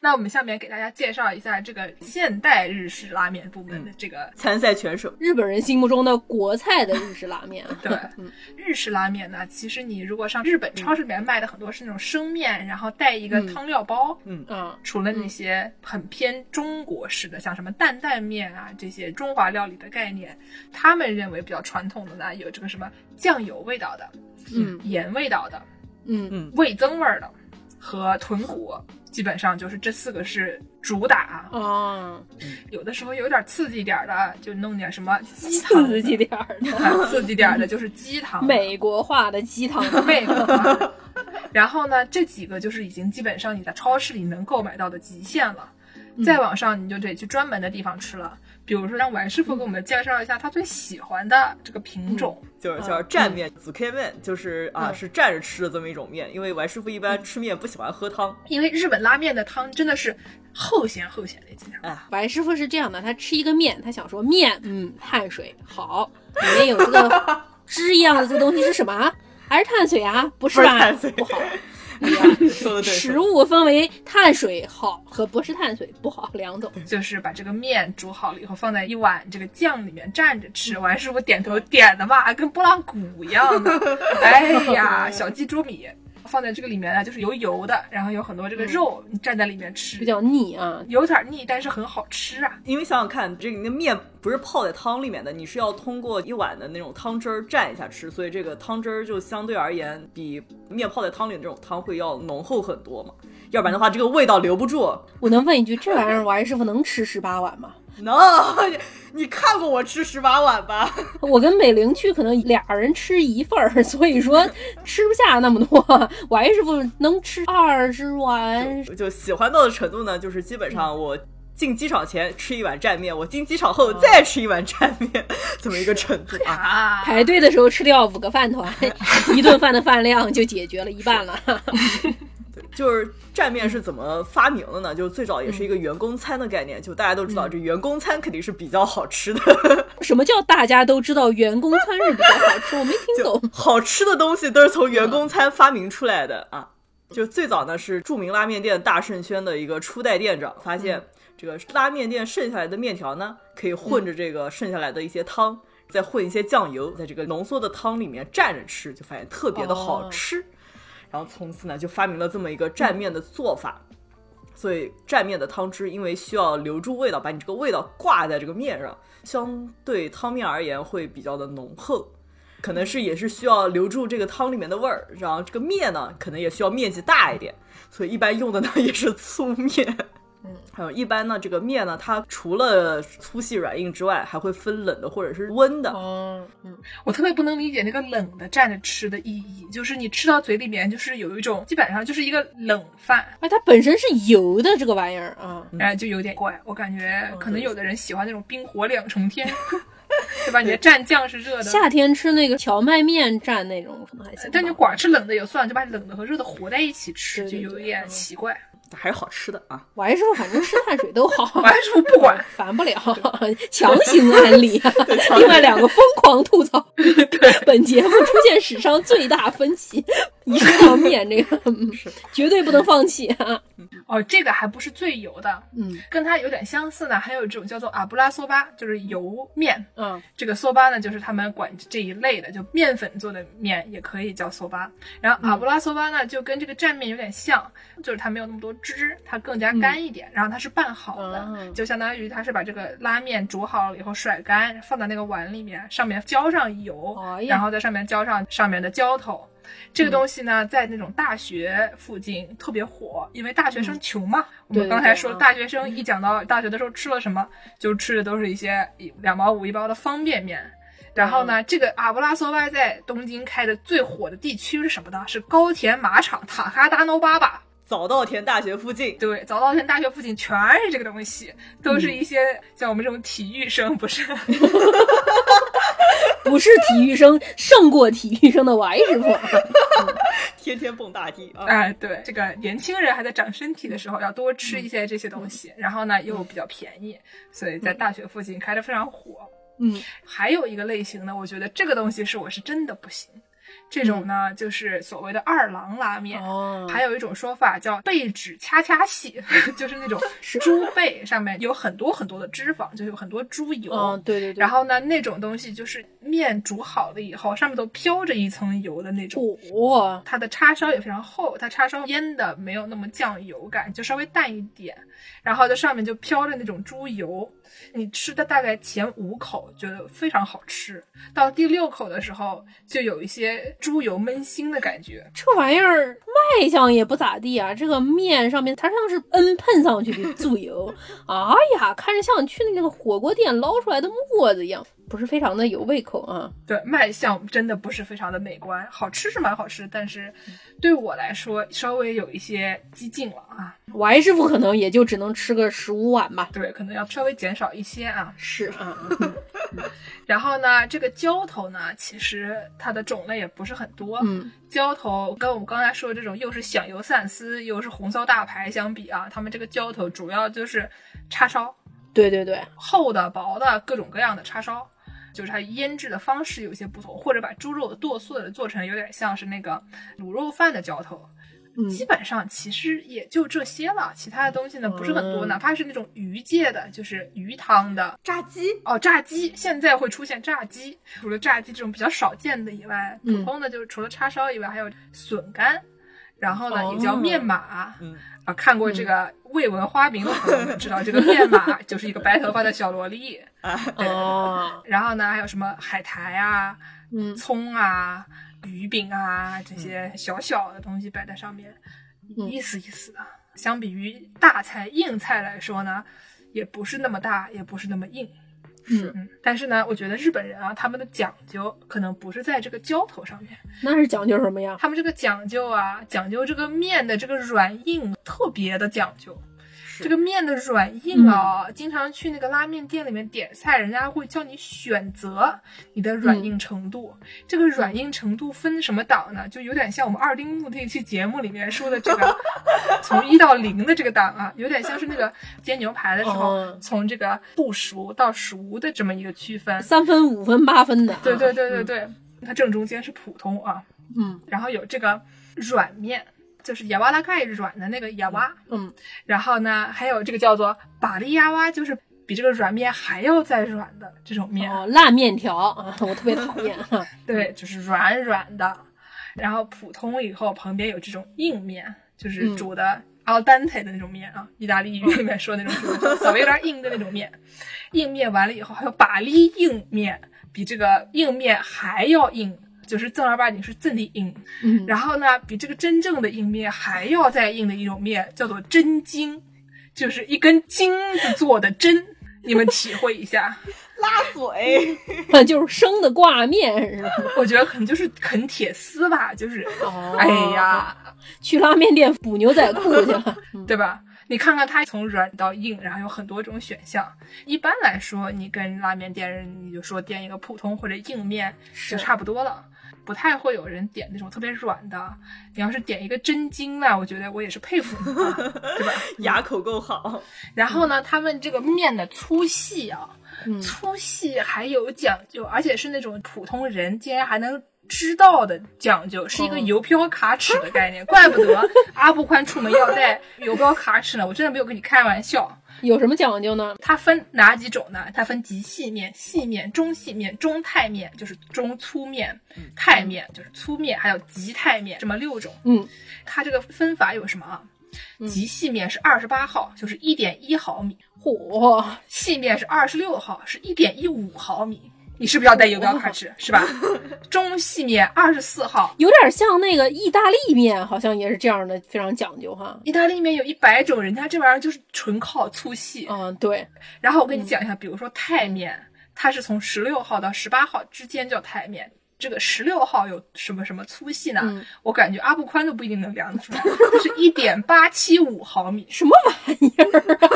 S2: 那我们下面给大家介绍一下这个现代日式拉面部门
S4: 嗯
S2: 的这个
S4: 参赛选手，
S3: 日本人心目中的国菜的日式拉面啊，
S2: *laughs* 对，日式拉面呢，其实你如果上日
S3: 嗯
S2: 本超市里面卖的很多是那种生面，然后带一个汤料包。
S3: 啊，
S2: 除了那些很偏中国式的，像什么担担面啊这些中华料理的概念，他们认为比较传统的呢，有这个什么酱油味道的、
S3: 嗯
S2: 盐味道的、
S3: 嗯
S2: 味增味儿的和豚骨，基本上就是这四个是主打啊。
S4: 嗯
S3: 啊，
S2: 有的时候有点刺激点儿的，就弄点什么鸡汤，
S3: 刺激点儿的，
S2: 啊刺激点儿的就是鸡汤，
S3: *laughs* 美国化的鸡汤， *laughs*
S2: 味道。然后呢，这几个就是已经基本上你在超市里能购买到的极限了。再往上，你就得去专门的地方吃了。比如说，让王师傅给我们介绍一下他最喜欢的这个品种。
S4: 就是
S3: 嗯
S4: 叫蘸面，紫 K 面，就是啊，
S3: 嗯
S4: 是蘸着吃的这么一种面。因为王师傅一般
S2: 嗯
S4: 吃面不喜欢喝
S2: *laughs*
S4: 汤，
S2: 因为日本拉面的汤真的是后咸后咸的，经常
S4: 哎，
S3: 白师傅是这样的，他吃一个面，他想说面，嗯，碳水好，里面有这个汁一样的这个东西是什么 *laughs* 啊？还是碳水啊？不是
S4: 不是
S3: 吧？
S4: 碳水
S3: 不好。
S4: 说的对，
S3: 食
S4: 物
S3: 物分为碳水好和不是碳水不好两种。
S2: 就是把这个面煮好了以后，放在一碗这个酱里面蘸着吃。王师傅点头点的嘛，跟拨浪鼓一样的。哎呀，小鸡啄米。放在这个里面呢，啊就是油油的，然后有很多这个肉，你蘸在里面吃，
S3: 比较腻啊，
S2: 有点腻，但是很好吃啊。
S4: 因为想想看，这个你的面不是泡在汤里面的，你是要通过一碗的那种汤汁儿蘸一下吃，所以这个汤汁儿就相对而言比面泡在汤里的这种汤会要浓厚很多嘛，要不然的话这个味道留不住。
S3: 我能问一句，这玩意儿王师傅能吃十八碗吗？
S4: no,，你你看过我吃十八碗吧？
S3: 我跟美玲去，可能俩人吃一份儿， *laughs* 所以说吃不下那么多。王师傅能吃二十碗，
S4: 就喜欢到的程度呢，就是基本上我进机场前吃一碗蘸面，我进机场后再吃一碗蘸面，这么一个程度啊。
S2: 啊，
S3: 排队的时候吃掉五个饭团， *laughs* 一顿饭的饭量就解决了一半了。 *laughs*
S4: 就是蘸面是怎么发明的呢？就是最早也是一个员工餐的概念，就大家都知道，这员工餐肯定是比较好吃的，
S3: 什么叫大家都知道员工餐是比较好吃？我没听懂。
S4: 好吃的东西都是从员工餐发明出来的啊。就最早呢是著名拉面店大圣轩的一个初代店长发现，这个拉面店剩下来的面条呢，可以混着这个剩下来的一些汤，再混一些酱油，在这个浓缩的汤里面蘸着吃，就发现特别的好吃。然后从此呢就发明了这么一个蘸面的做法。所以蘸面的汤汁，因为需要留住味道，把你这个味道挂在这个面上，相对汤面而言会比较的浓厚，可能是也是需要留住这个汤里面的味儿，然后这个面呢，可能也需要面积大一点，所以一般用的呢也是粗面。嗯，还有一般呢，这个面呢，它除了粗细软硬之外，还会分冷的或者是温的。
S3: 哦，
S2: 我特别不能理解那个冷的蘸着吃的意义，就是你吃到嘴里面，就是有一种基本上就是一个冷饭，
S3: 哎，它本身是油的这个玩意儿啊，
S2: 然后就有点怪。我感觉可能有的人喜欢那种冰火两重
S3: *laughs*
S2: 天，对吧？你的蘸酱是热的，
S3: 夏天吃那个荞麦面蘸那种可能还行吧。
S2: 但你光吃冷的也算，了，就把冷的和热的和在一起吃，
S3: 对
S2: 就
S3: 对
S2: 有
S3: 对
S2: 一点
S3: 嗯
S2: 奇怪。
S4: 还是好吃的啊！
S3: 我还是说反正吃碳水都好
S2: 我。还是不管，
S3: 烦不了， *laughs* 强行安利。 *laughs* 另外两个疯狂吐槽，本节目出现史上最大分歧，一这条面，这 *laughs* 个嗯绝对不能放弃啊！
S2: 哦，这个还不是最油的，
S3: 嗯
S2: 跟它有点相似呢。还有这种叫做阿布拉索巴，就是油面。
S3: 啊，
S2: 这个索巴呢，就是他们管这一类的，就面粉做的面也可以叫索巴。然后
S3: 嗯
S2: 阿布拉索巴呢，就跟这个蘸面有点像，就是它没有那么多汁，它更
S3: 嗯
S2: 加干一点。然后它是拌好的，
S3: 啊
S2: 就相当于它是把这个拉面煮好了以后甩干，放在那个碗里面，上面浇上油，
S3: 哎呀
S2: 然后在上面浇上上面的浇头。这个
S3: 嗯
S2: 东西呢，在那种大学附近特别火，因为大学生穷嘛。我
S3: 嗯对
S2: 们刚才
S3: 对
S2: 说
S3: 啊
S2: 大学生一讲到大学的时候吃了什么，就吃的都是一些一两毛五一包的方便面。然后
S3: 嗯
S2: 呢，这个阿布拉索巴在东京开的最火的地区是什么呢？是高田马场塔哈达诺巴巴。
S4: 早稻田大学附近，
S2: 对，早稻田大学附近全是这个东西，都
S3: 嗯
S2: 是一些像我们这种体育生，不是？
S3: 不是体育生胜过体育生的 Y 师傅啊，
S4: 天天蹦大地啊。
S2: 哎，对，这个年轻人还在长身体的时候，要多吃一些这些东
S3: 嗯
S2: 西，然后呢又比较便宜，所以在大学附近开的非常火。
S3: 嗯，
S2: 还有一个类型呢，我觉得这个东西是我是真的不行，这种呢、就是所谓的二郎拉面。
S3: 嗯哦
S2: 还有一种说法叫背脂掐掐细， *laughs* 就是那种
S3: *laughs* 是
S2: 猪背上面有很多很多的脂肪，就是有很多猪油。
S3: 嗯，对对对，
S2: 哦然后呢，那种东西就是面煮好了以后，上面都飘着一层油的那种。
S3: 哇，
S2: 它的叉烧也非常厚，它叉烧腌的没有那么酱油感，就稍微淡一点，然后这上面就飘着那种猪油。你吃的大概前五口觉得非常好吃，到第六口的时候就有一些猪油焖腥的感觉。
S3: 这玩意儿卖相也不咋地啊，这个面上面它像是恩喷上去的猪油，哎呀，看着像去那个火锅店捞出来的沫子一样，不是非常的有胃口啊。
S2: 对，卖相真的不是非常的美观，好吃是蛮好吃，但是对我来说稍微有一些激进了啊。
S3: Y 师傅可能也就只能吃个十五碗吧。
S2: 对，可能要稍微减少一些啊。
S3: 是啊，
S2: 然后呢，这个浇头呢，其实它的种类也不是很多。
S3: 嗯，
S2: 浇头跟我们刚才说的这种又是响油鳝丝又是红烧大排相比啊，他们这个浇头主要就是叉烧，
S3: 对对对，
S2: 厚的、薄的，各种各样的叉烧。就是它腌制的方式有些不同，或者把猪肉剁碎了做成有点像是那个卤肉饭的浇头，
S3: 嗯
S2: 基本上其实也就这些了，其他的东西呢不是很多，
S3: 嗯
S2: 哪怕是那种鱼界的，就是鱼汤的，
S4: 炸鸡，
S2: 哦，炸鸡现在会出现炸鸡，除了炸鸡这种比较少见的以外，
S3: 嗯
S2: 普通的就是除了叉烧以外，还有笋干，然后呢
S3: 哦
S2: 也叫面马。
S4: 嗯，
S2: 啊，看过这个未闻花名的朋友们知道，这个面马 *laughs* 就是一个白头发的小萝莉。 *laughs* 对
S3: 哦，
S2: 然后呢，还有什么海苔啊、
S3: 嗯
S2: 葱啊、鱼饼啊这些小小的东西摆在上面，
S3: 嗯
S2: 意思意思的。相比于大菜硬菜来说呢，也不是那么大，也不是那么硬。
S3: 嗯，
S2: 嗯，但是呢，我觉得日本人啊，他们的讲究可能不是在这个浇头上面，
S3: 那是讲究什么呀？
S2: 他们这个讲究啊，讲究这个面的这个软硬特别的讲究。
S4: 是
S2: 这个面的软硬啊，经常去那个拉面店里面点菜，人家会叫你选择你的软硬程度。这个软硬程度分什么档呢？就有点像我们二丁目那期节目里面说的这个从一到零的这个档啊，有点像是那个煎牛排的时候，
S3: 哦
S2: 从这个不熟到熟的这么一个区分。
S3: 三分、五分、八分的啊。
S2: 对对对对对，它正中间是普通啊，
S3: 嗯，
S2: 然后有这个软面，就是亚瓦拉盖软的那个亚瓦，
S3: 嗯，
S2: 然后呢还有这个叫做巴利亚瓦，就是比这个软面还要再软的这种面，
S3: 哦，烂面条啊，我特别讨厌
S2: *laughs*
S3: 啊。
S2: 对，就是软软的。然后普通以后旁边有这种硬面，就是
S3: 嗯
S2: 煮的 al dente 的那种面啊，意大利语里面说的那种煮的稍微有点硬的那种面。硬面完了以后还有把力硬面，比这个硬面还要硬，就是正儿八经是真的硬。
S3: 嗯，
S2: 然后呢，比这个真正的硬面还要再硬的一种面叫做针筋，就是一根筋子做的针，你们体会一下。 *laughs*
S4: 拉
S2: 嗯
S4: 嘴，
S3: 后就是生的挂面
S2: *laughs*
S3: 是吧？
S2: 我觉得可能就是啃铁丝吧，就是，
S3: 哦嗯
S2: 哎呀，
S3: 去拉面店补牛仔裤去了。
S2: *laughs* 对吧？你看看它从软到硬，然后有很多种选项。一般来说，你跟拉面店人，你就说点一个普通或者硬面
S3: 是
S2: 就差不多了，不太会有人点那种特别软的。你要是点一个真经呢，我觉得我也是佩服你啊，对吧？
S4: 牙口够好，
S2: 然后呢，他们这个面的粗细啊，
S3: 嗯
S2: 粗细还有讲究，而且是那种普通人竟然还能知道的讲究，是一个邮票卡尺的概
S3: *laughs*
S2: 念，怪不得阿布宽出门要带邮票卡尺呢。我真的没有跟你开玩笑。
S3: 有什么讲究呢？
S2: 它分哪几种呢？它分极细面、细面、中细面、中太面，就是中粗面、太面就是粗面，还有极太面，这么六种。
S3: 嗯，
S2: 它这个分法有什么啊？极细面是二十八号，就是一点一毫米；
S3: 嚯，
S2: 细面是二十六号，是一点一五毫米。你是不是要带游标卡尺是吧？中细面二十四号，
S3: 有点像那个意大利面，好像也是这样的，非常讲究哈。
S2: 意大利面有一百种，人家这玩意儿就是纯靠粗细。
S3: 嗯，对，
S2: 然后我跟
S3: 嗯
S2: 你讲一下，比如说泰面，它是从十六号到十八号之间叫泰面。这个十六号有什么什么粗细呢？
S3: 嗯
S2: 我感觉阿布宽都不一定能量得出来，就是一点八七五毫米，
S3: 什么玩意儿？啊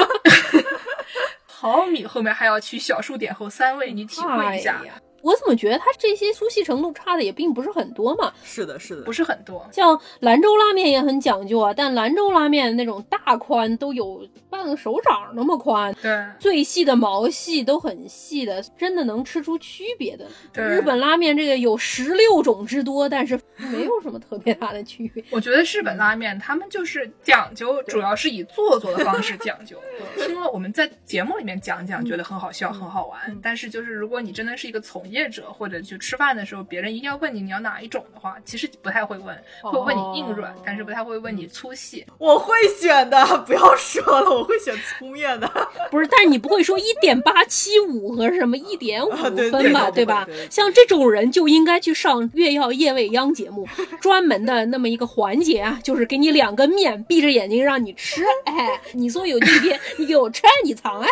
S2: *laughs* 毫米后面还要取小数点后三位，你体会一下
S3: 哎，呀我怎么觉得它这些粗细程度差的也并不是很多嘛？
S4: 是的，是的
S2: 不，是很多。
S3: 像兰州拉面也很讲究啊，但兰州拉面那种大宽都有半个手掌那么宽，
S2: 对，
S3: 最细的毛细都很细的，真的能吃出区别的。
S2: 对
S3: 日本拉面这个有十六种之多，但是没有什么特别大的区别。
S2: 我觉得日本拉面他们就是讲究，主要是以做作的方式讲究，是因为我们在节目里面讲一讲，觉得很好笑、很好玩。但是就是如果你真的是一个从业者，或者去吃饭的时候，别人一定要问你你要哪一种的话，其实不太会问，会问你硬软
S3: 哦，
S2: 但是不太会问你粗细。
S4: 我会选的，不要说了，我会选粗面的。
S3: 不是，但是你不会说一点八七五和什么一点五
S4: 啊对
S3: 分吧，
S4: 对对
S3: 吧
S4: 对对对？
S3: 像这种人就应该去上《月曜夜未央》节
S4: *laughs*
S3: 目，专门的那么一个环节啊，就是给你两根面，闭着眼睛让你吃。哎，你说有今天，你给我吃，你藏哎。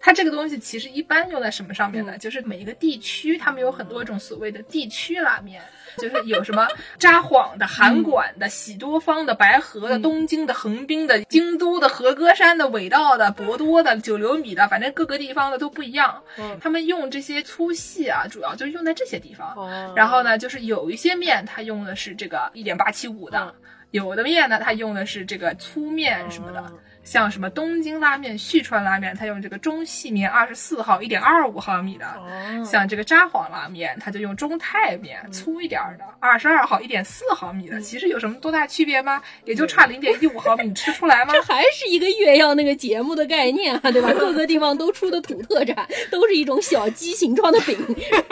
S2: 它这个东西其实一般用在什么上面呢？就是每一个地区，他们有很多种所谓的地区拉面，就是有什么札幌的、函馆的、喜多方的、白河的、东京的、横滨的、京都的、和歌山的、尾道的、博多的、九流米的，反正各个地方的都不一样。
S3: 嗯
S2: 他们用这些粗细啊，主要就是用在这些地方。
S3: 哦
S2: 然后呢，就是有一些面它用的是这个一点八七五的
S3: 嗯，
S2: 有的面呢它用的是这个粗面什么
S3: 哦
S2: 的，像什么东京拉面、旭川拉面，它用这个中细面二十四号一点二五毫米的。
S3: 哦
S2: 像这个札幌拉面，它就用中太面、
S3: 嗯
S2: 粗一点儿的，二十二号一点四毫米的。其实有什么多大区别吗？也就差零点一五毫米，你吃出
S3: *laughs*
S2: 来吗？
S3: 这还是一个月曜那个节目的概念啊，对吧？各个地方都出的土特产， *laughs* 都是一种小鸡形状的饼，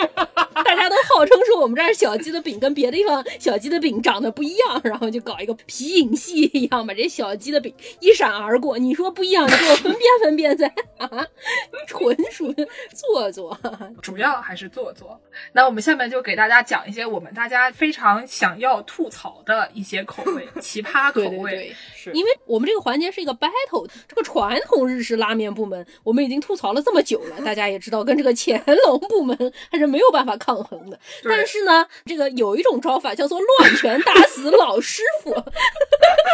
S3: *laughs* 大家都号称说我们这儿小鸡的饼跟别的地方小鸡的饼长得不一样，然后就搞一个皮影戏一样，把这小鸡的饼一闪而过。你说不一样，你给我分辨分辨噻啊！纯属做作，
S2: 主要还是做作。那我们下面就给大家讲一些我们大家非常想要吐槽的一些口
S3: *laughs*
S2: 味，奇葩口
S3: 对对
S2: 味。
S3: 对。
S4: 是
S3: 因为我们这个环节是一个 battle，这个传统日式拉面部门我们已经吐槽了这么久了，大家也知道跟这个乾隆部门还是没有办法抗衡的。
S2: 对
S3: 但是呢，这个有一种招法叫做乱拳打死老师傅， *laughs* 就是他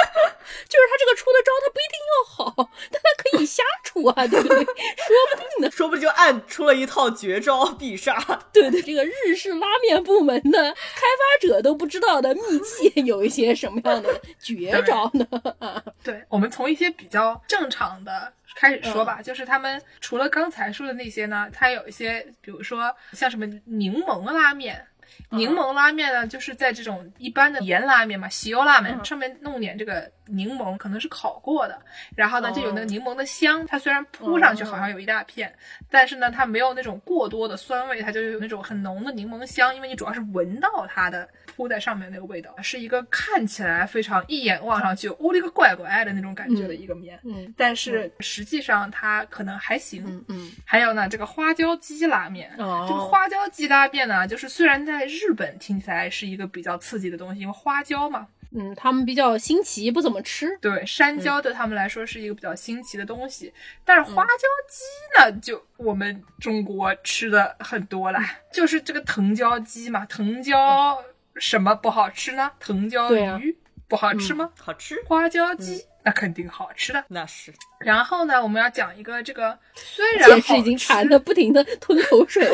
S3: 这个出的招他不一定要好，但他可以瞎出啊，对不对？ *laughs*
S4: 说不定就暗出了一套绝招必杀。
S3: 对对，这个日式拉面部门的开发者都不知道的秘技有一些什么样的绝招
S2: *laughs*
S3: 呢？
S2: 对，我们从一些比较正常的开始说吧，
S3: 嗯
S2: 就是他们除了刚才说的那些呢，它有一些，比如说像什么柠檬拉面。柠檬拉面呢，就是在这种一般的盐拉面嘛，喜油拉面上面弄点这个柠檬，可能是烤过的，然后呢就有那个柠檬的香。它虽然铺上去好像有一大片，但是呢它没有那种过多的酸味，它就有那种很浓的柠檬香，因为你主要是闻到它的铺在上面那个味道，是一个看起来非常一眼望上去，我勒个乖乖的那种感觉的一个面，
S3: 嗯
S2: 但是实际上它可能还行。
S3: 嗯嗯，
S2: 还有呢，这个花椒鸡拉面，
S3: 哦
S2: 这个花椒鸡拉面呢，就是虽然在日本听起来是一个比较刺激的东西，因为花椒嘛，
S3: 嗯，他们比较新奇，不怎么吃。
S2: 对，
S3: 嗯
S2: 山椒对他们来说是一个比较新奇的东西，但是
S3: 嗯
S2: 花椒鸡呢，就我们中国吃的很多啦，
S3: 嗯
S2: *laughs* 就是这个藤椒鸡嘛，藤椒什么不好吃呢？藤椒
S3: 对啊嗯
S2: 鱼、不好吃吗？
S4: 好吃，
S2: 花椒鸡、那肯定好吃的。
S4: 那是
S2: 然后呢，我们要讲一个这个虽然
S3: 解
S2: 好
S3: 释已经
S2: 吃哎
S3: 馋的不停的吞口水
S2: *laughs*
S3: 了，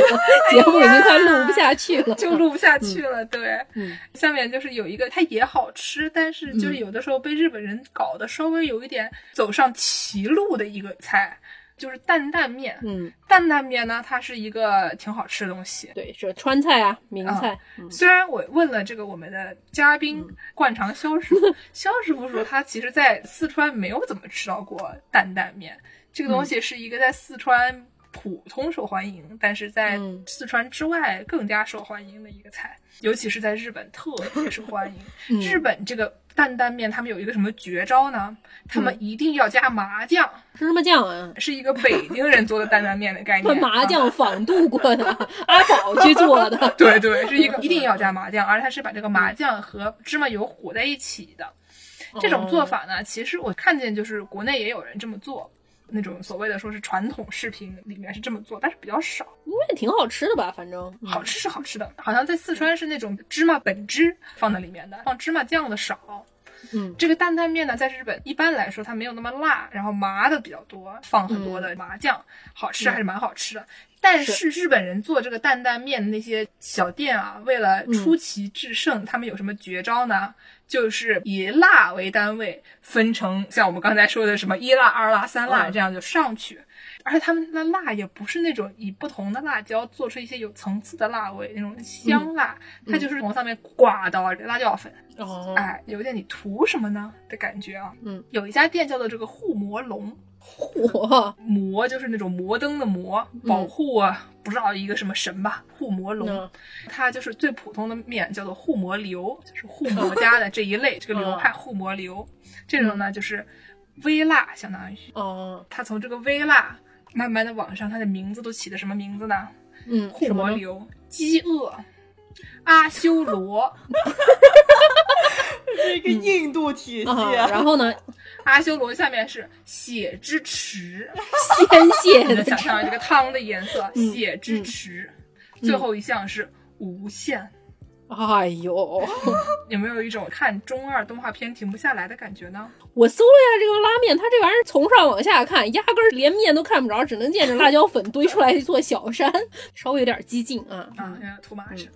S3: 节目已经快录不下去了。
S2: 就录不下去了。对，
S3: 嗯
S2: *laughs* 下面就是有一个，它也好吃，但是就是有的时候被日本人搞得稍微有一点走上歧路的一个菜，就是担担面。
S3: 嗯，
S2: 担担面呢，它是一个挺好吃的东西。
S3: 对，是川菜啊，名菜，嗯
S2: 虽然我问了这个我们的嘉宾灌肠肖师傅，肖师傅说他其实在四川没有怎么吃到过担担面，这
S3: 嗯
S2: 个东西是一个在四川普通受欢迎，但是在
S3: 嗯
S2: 四川之外更加受欢迎的一个菜，尤其是在日本特别受欢迎。
S3: 嗯
S2: 日本这个担担面，他们有一个什么绝招呢？他
S3: 嗯
S2: 们一定要加麻酱，
S3: 是什么酱啊？
S2: 是一个北京人做的担担面的概
S3: 那
S2: 念。
S3: 麻
S2: 啊
S3: 酱仿度过的， *laughs* 阿宝去做的。
S2: *laughs* 对对，嗯是一个一定要加麻酱，而且它是把这个麻酱和芝麻油和在一起的。这种做法呢，其实我看见就是国内也有人这么做，那种所谓的说是传统视频里面是这么做，但是比较少。
S3: 应该挺好吃的吧？反正嗯
S2: 好吃是好吃的，好像在四川是那种芝麻本汁放在里面的，放芝麻酱的少。
S3: 嗯
S2: 这个担担面呢，在日本一般来说它没有那么辣，然后麻的比较多，放很多的麻酱，好吃
S3: 嗯
S2: 还是蛮好吃的。但是日本人做这个担担面的那些小店啊，为了
S3: 嗯
S2: 出奇制胜，他们有什么绝招呢？就是以辣为单位分成，像我们刚才说的什么一辣、二辣、三辣，
S4: 嗯
S2: 这样就上去。而且他们的辣也不是那种以不同的辣椒做出一些有层次的辣味，那种香辣，
S3: 嗯
S2: 它就是从上面刮到辣椒粉，
S3: 哦，
S2: 哎，有点你图什么呢的感觉啊。
S3: 嗯，
S2: 有一家店叫做这个护魔龙，
S3: 火
S2: 魔就是那种摩登的魔，保护啊，不知道一个什么神吧，护魔龙。
S3: 嗯
S2: 它就是最普通的面，叫做护魔流，就是护
S3: *laughs*
S2: 魔家的这一类，这个流
S3: 嗯
S2: 派护魔流。这种呢，就是微辣，相当于
S3: 哦，
S2: 它从这个微辣慢慢的往上，它的名字都起的什么名字呢？
S3: 嗯，
S2: 护
S3: 什么
S2: 魔流、饥饿、阿修罗。
S4: 这个印度体系，
S3: 啊？然后呢，
S2: 阿修罗下面是血之池，*laughs*
S3: 鲜
S2: 你
S3: 血
S2: 能
S3: 的
S2: 想象这个汤的颜色？
S3: 嗯
S2: 血之池。最后一项是无限。
S3: *laughs* 哎呦，
S2: 有没有一种看中二动画片停不下来的感觉呢？
S3: 我搜了一下这个拉面，它这玩意儿从上往下看，压根儿连面都看不着，只能见着辣椒粉堆出来一座小山，稍微有点激进啊。
S2: 啊，图马是。
S3: 嗯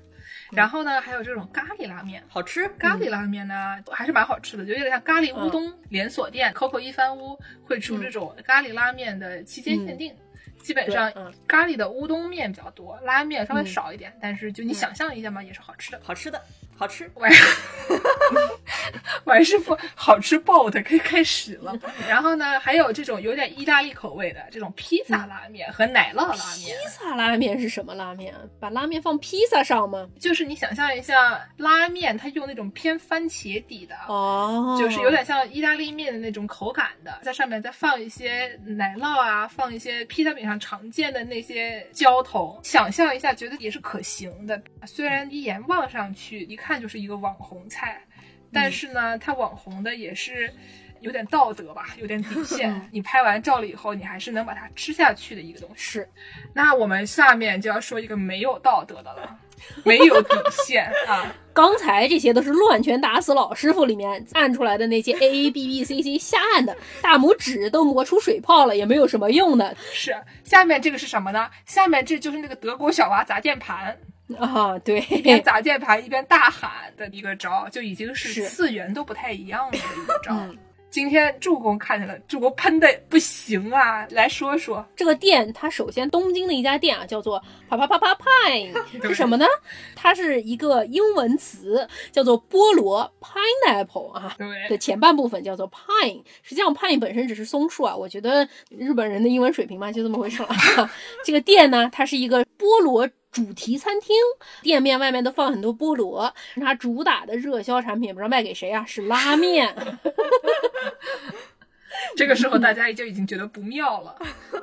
S2: 然后呢，还有这种咖喱拉面。
S4: 好吃。
S2: 咖喱
S3: 嗯
S2: 拉面呢，还是蛮好吃的，就有点像咖喱乌冬连锁店 COCO 一番屋会出这种咖喱拉面的期间限定。基本上
S3: 嗯对嗯嗯
S2: 咖喱的乌冬面比较多，拉面稍微少一点，但是就你想象一下嘛，也是好吃的。
S4: 好吃的，好吃。
S2: 我还我还是不好吃爆的，可以开始了。然后呢，还有这种有点意大利口味的这种披萨拉面和奶酪拉面，
S3: 披萨拉面是什么拉面啊？把拉面放披萨上吗？
S2: 就是你想象一下拉面，它用那种偏番茄底的，
S3: 哦，
S2: 就是有点像意大利面的那种口感的，在上面再放一些奶酪啊，放一些披萨饼上常见的那些浇头，想象一下，觉得也是可行的。虽然一眼望上去一看就是一个网红菜，但是呢，它网红的也是。有点道德吧，有点底线。你拍完照了以后，你还是能把它吃下去的一个东西。
S3: 是
S2: 那我们下面就要说一个没有道德的了，没有底线啊。
S3: 刚才这些都是乱拳打死老师傅里面按出来的那些 A A B B C C 瞎按的，大拇指都磨出水泡了，也没有什么用的
S2: 是，下面这个是什么呢？下面这就是那个德国小娃砸键盘，
S3: 啊。对，
S2: 一边砸键盘一边大喊的一个招，就已经
S3: 是
S2: 是次元都不太一样的一个招。
S3: 嗯
S2: *laughs* 今天助攻看见了，助攻喷的不行啊，来说说，
S3: 这个店，它首先东京的一家店啊，叫做啪啪啪啪 pine 是什么呢？它是一个英文词，叫做菠萝 pineapple 啊。的
S2: 对，
S3: 前半部分叫做 pine，实际上 pine 本身只是松树啊。我觉得日本人的英文水平嘛，就这么回事了。啊 *laughs* 这个店呢，它是一个菠萝主题餐厅，店面外面都放很多菠萝。它主打的热销产品不知道卖给谁啊，是拉面。 *laughs*
S2: 这个时候大家就已经觉得不妙了，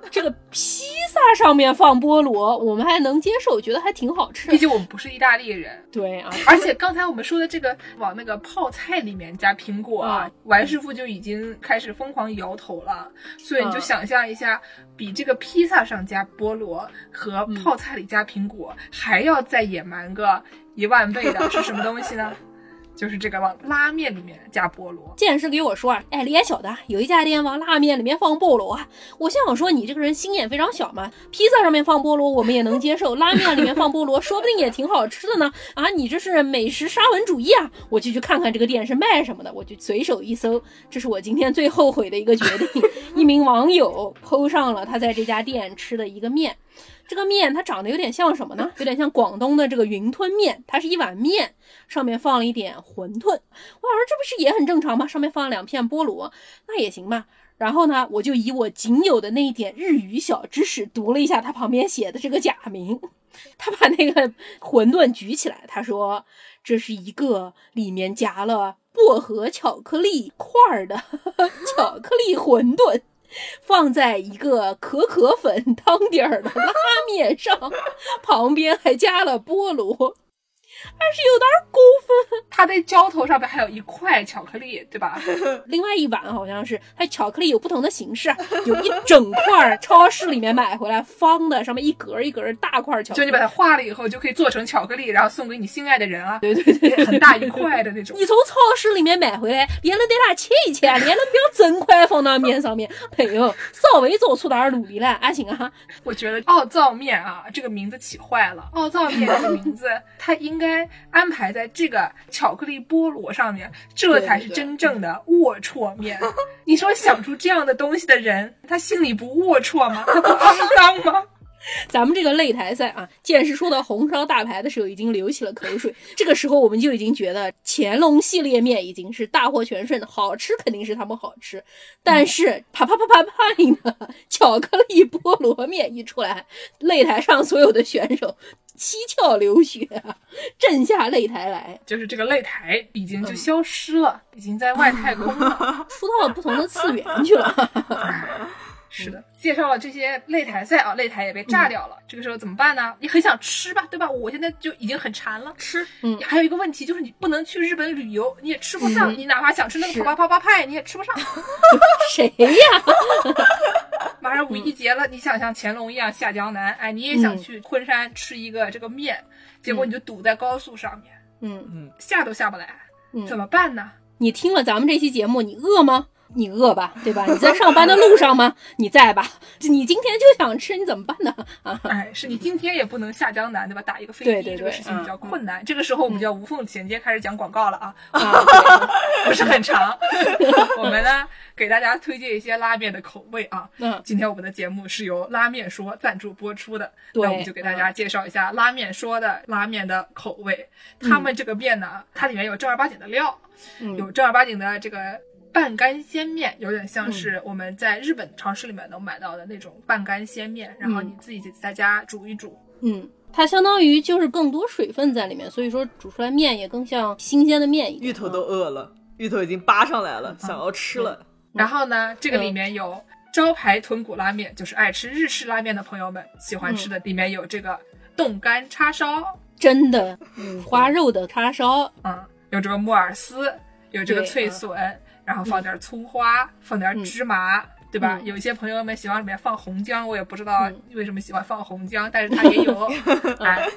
S3: 这个披萨上面放菠萝，我们还能接受，觉得还挺好吃
S2: 毕。竟我们不是意大利人。
S3: 对啊，
S2: 而且刚才我们说的这个往那个泡菜里面加苹果啊
S3: 嗯，
S2: 王师傅就已经开始疯狂摇头了。所以你就
S3: 嗯
S2: 想象一下，比这个披萨上加菠萝和
S3: 嗯
S2: 泡菜里加苹果还要再野蛮个一万倍的是什么东西呢？ *laughs* 就是这个往拉面里面加菠萝。
S3: 剑师给我说啊，哎，李安晓得有一家店往拉面里面放菠萝啊。我心想说，你这个人心眼非常小嘛，披萨上面放菠萝我们也能接受，拉面里面放菠萝，说不定也挺好吃的呢。啊，你这是美食沙文主义啊！我就去看看这个店是卖什么的，我就随手一搜，这是我今天最后悔的一个决定。 *laughs* 一名网友 PO 上了他在这家店吃的一个面。这个面它长得有点像什么呢？有点像广东的这个云吞面，它是一碗面，上面放了一点馄饨。我想说这不是也很正常吗？上面放了两片菠萝，那也行吧。然后呢，我就以我仅有的那一点日语小知识读了一下它旁边写的这个假名。 *laughs* 他把那个馄饨举起来，他说这是一个里面夹了薄荷巧克力块儿的 *laughs* 巧克力馄饨。放在一个可可粉汤底儿的拉面上，旁边还加了菠萝， *laughs* 还是有点儿过分。
S2: 它在浇头上面还有一块巧克力，对吧？
S3: 另外一碗好像是它巧克力有不同的形式啊， *laughs* 有一整块儿超市里面买回来方的，上面一格儿一格儿大块儿巧克
S2: 就
S3: 力，
S2: 你把它化了以后，就可以做成巧克力，然后送给你心爱的人啊，
S3: 对对对对，
S2: 很大一块的那种。
S3: 你从超市里面买回来，别人得打切一切，啊别人不要整块放到面上面。 *laughs* 朋友，稍微做出点儿努力来，还行啊。
S2: 我觉得奥灶面啊，这个名字起坏了。奥灶面 *laughs* 这个名字，它应该安排在这个巧克力菠萝上面，这才是真正的龌龊面。 *laughs* 你说想出这样的东西的人，他心里不龌龊吗？他不肮脏吗？ *laughs*
S3: 咱们这个擂台赛啊，剑师说到红烧大排的时候已经流起了口水， *laughs* 这个时候我们就已经觉得乾隆系列面已经是大获全胜，好吃肯定是他们好吃，但是啪啪啪啪啪呢，巧克力菠萝面一出来，擂台上所有的选手七窍流血啊， *laughs* 震下擂台来。
S2: 就是这个擂台已经就消失了，已经在外太空了。
S3: 出到了不同的次元去了。
S2: 是的，介绍了这些擂台赛啊，擂台也被炸掉了。这个时候怎么办呢？你很想吃吧，对吧？我现在就已经很馋了。
S4: 吃
S3: 嗯
S2: 还有一个问题就是你不能去日本旅游，你也吃不上，
S3: 嗯
S2: 你哪怕想吃那个
S3: 是
S2: 普巴啪啪派，你也吃不上。
S3: 谁呀？
S2: 马上五一节了，你想像乾隆一样下江南，哎，你也想去昆山吃一个这个面，结果你就堵在高速上面，
S3: 嗯
S2: 下都下不来，怎
S3: 嗯，
S2: 么办呢？
S3: 你听了咱们这期节目，你饿吗？你饿吧，对吧？你在上班的路上吗？ *laughs* 你在吧？你今天就想吃，你怎么办呢？ *laughs* 啊，
S2: 哎，是你今天也不能下江南，对吧？打一个飞机
S3: 对对对嗯
S2: 这个事情比较困难。这个时候我们就要无缝衔接，开始讲广告了啊，
S3: 啊对
S2: 不是很长。 *laughs* 我们呢给大家推荐一些拉面的口味啊。
S3: 嗯，
S2: 今天我们的节目是由拉面说赞助播出的，
S3: 对
S2: 那我们就给大家介绍一下拉面说的拉面的口味。他们这个面呢，它里面有正儿八经的料，
S3: 嗯
S2: 有正儿八经的这个半干鲜面，有点像
S3: 嗯
S2: 是我们在日本超市里面能买到的那种半干鲜面，然后你自己在家煮一煮。
S3: 嗯，它相当于就是更多水分在里面，所以说煮出来面也更像新鲜的面一嗯点。
S4: 芋头都饿了，芋头已经扒上来了，想要吃了。
S2: 然后呢，这个里面有招牌豚骨拉面，就是爱吃日式拉面的朋友们喜欢吃的，里面有这个冻干叉烧，
S3: 真的五花肉的叉烧，
S2: 嗯，有这个木耳丝，有这个脆笋，然后放点葱花，放点芝麻。对吧？
S3: 嗯
S2: 有一些朋友们喜欢里面放红姜，我也不知道
S3: 嗯
S2: 为什么喜欢放红姜，但是它也有。哎，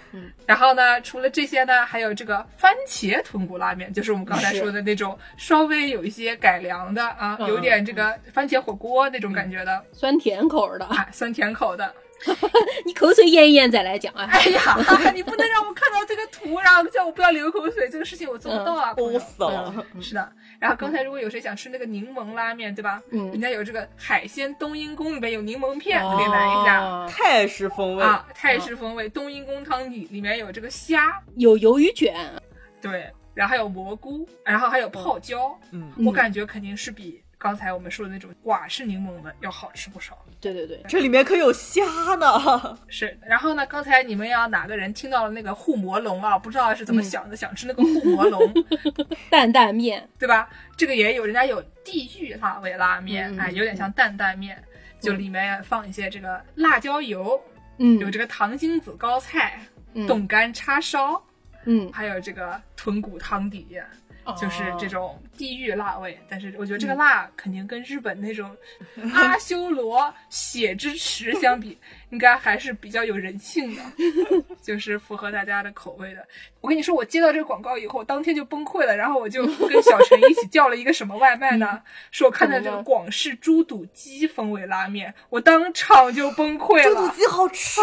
S2: 然后呢，除了这些呢，还有这个番茄豚骨拉面，就是我们刚才
S3: 是
S2: 说的那种稍微有一些改良的啊，
S4: 嗯
S2: 有点这个番茄火锅那种感觉的，
S3: 酸甜口儿的，
S2: *laughs* 哎，酸甜口的。
S3: 你口水咽一咽再来讲啊。
S2: 哎呀，你不能让我看到这个图，然后叫我不要流口水，这个事情我做不到啊。朋
S4: 齁
S2: 友
S4: 死
S3: 嗯
S4: *laughs* 了！
S2: 是的，然后刚才如果有谁想吃那个柠檬拉面，对吧？
S3: 嗯
S2: 人家有这个海鲜冬阴功，里面有柠檬片，可以来一下。
S3: 哦
S4: 泰式风味，
S2: 啊，泰式风味冬阴功汤底里面有这个虾，
S3: 有鱿鱼卷，
S2: 对，然后还有蘑菇，然后还有泡椒，
S4: 嗯，
S2: 我
S3: 嗯
S2: 感觉肯定是比刚才我们说的那种寡式柠檬的要好吃不少。
S3: 对对对，
S4: 这里面可有虾呢。
S2: 是，然后呢，刚才你们要哪个人听到了那个护魔龙啊？不知道是
S3: 嗯
S2: 怎么想的，想吃那个护魔
S3: *laughs*
S2: 龙，
S3: 担担面，
S2: 对吧？这个也有，人家有地狱辣味拉面，
S3: 嗯
S2: 哎，有点像担担面，就里面放一些这个辣椒油，
S3: 嗯，
S2: 有这个糖精子高菜、
S3: 嗯
S2: 冻干叉烧，
S3: 嗯哦
S2: 还有这个豚骨汤底。
S4: 哦
S2: 就是这种地域辣味。但是我觉得
S4: 嗯
S2: 这个辣肯定跟日本那
S4: *laughs*
S2: 种阿修罗血之池相比，应该还是比较有人性的， *laughs* 就是符合大家的口味的。我跟你说，我接到这个广告以后，当天就崩溃了，然后我就跟小陈一起叫了一个什么外卖
S4: *laughs*
S2: 呢？是我看到这
S3: 什么
S2: 个
S3: 呢
S2: 广式猪肚鸡风味拉面，我当场就崩溃
S4: 猪肚
S2: *laughs* 了，
S4: 鸡好吃，啊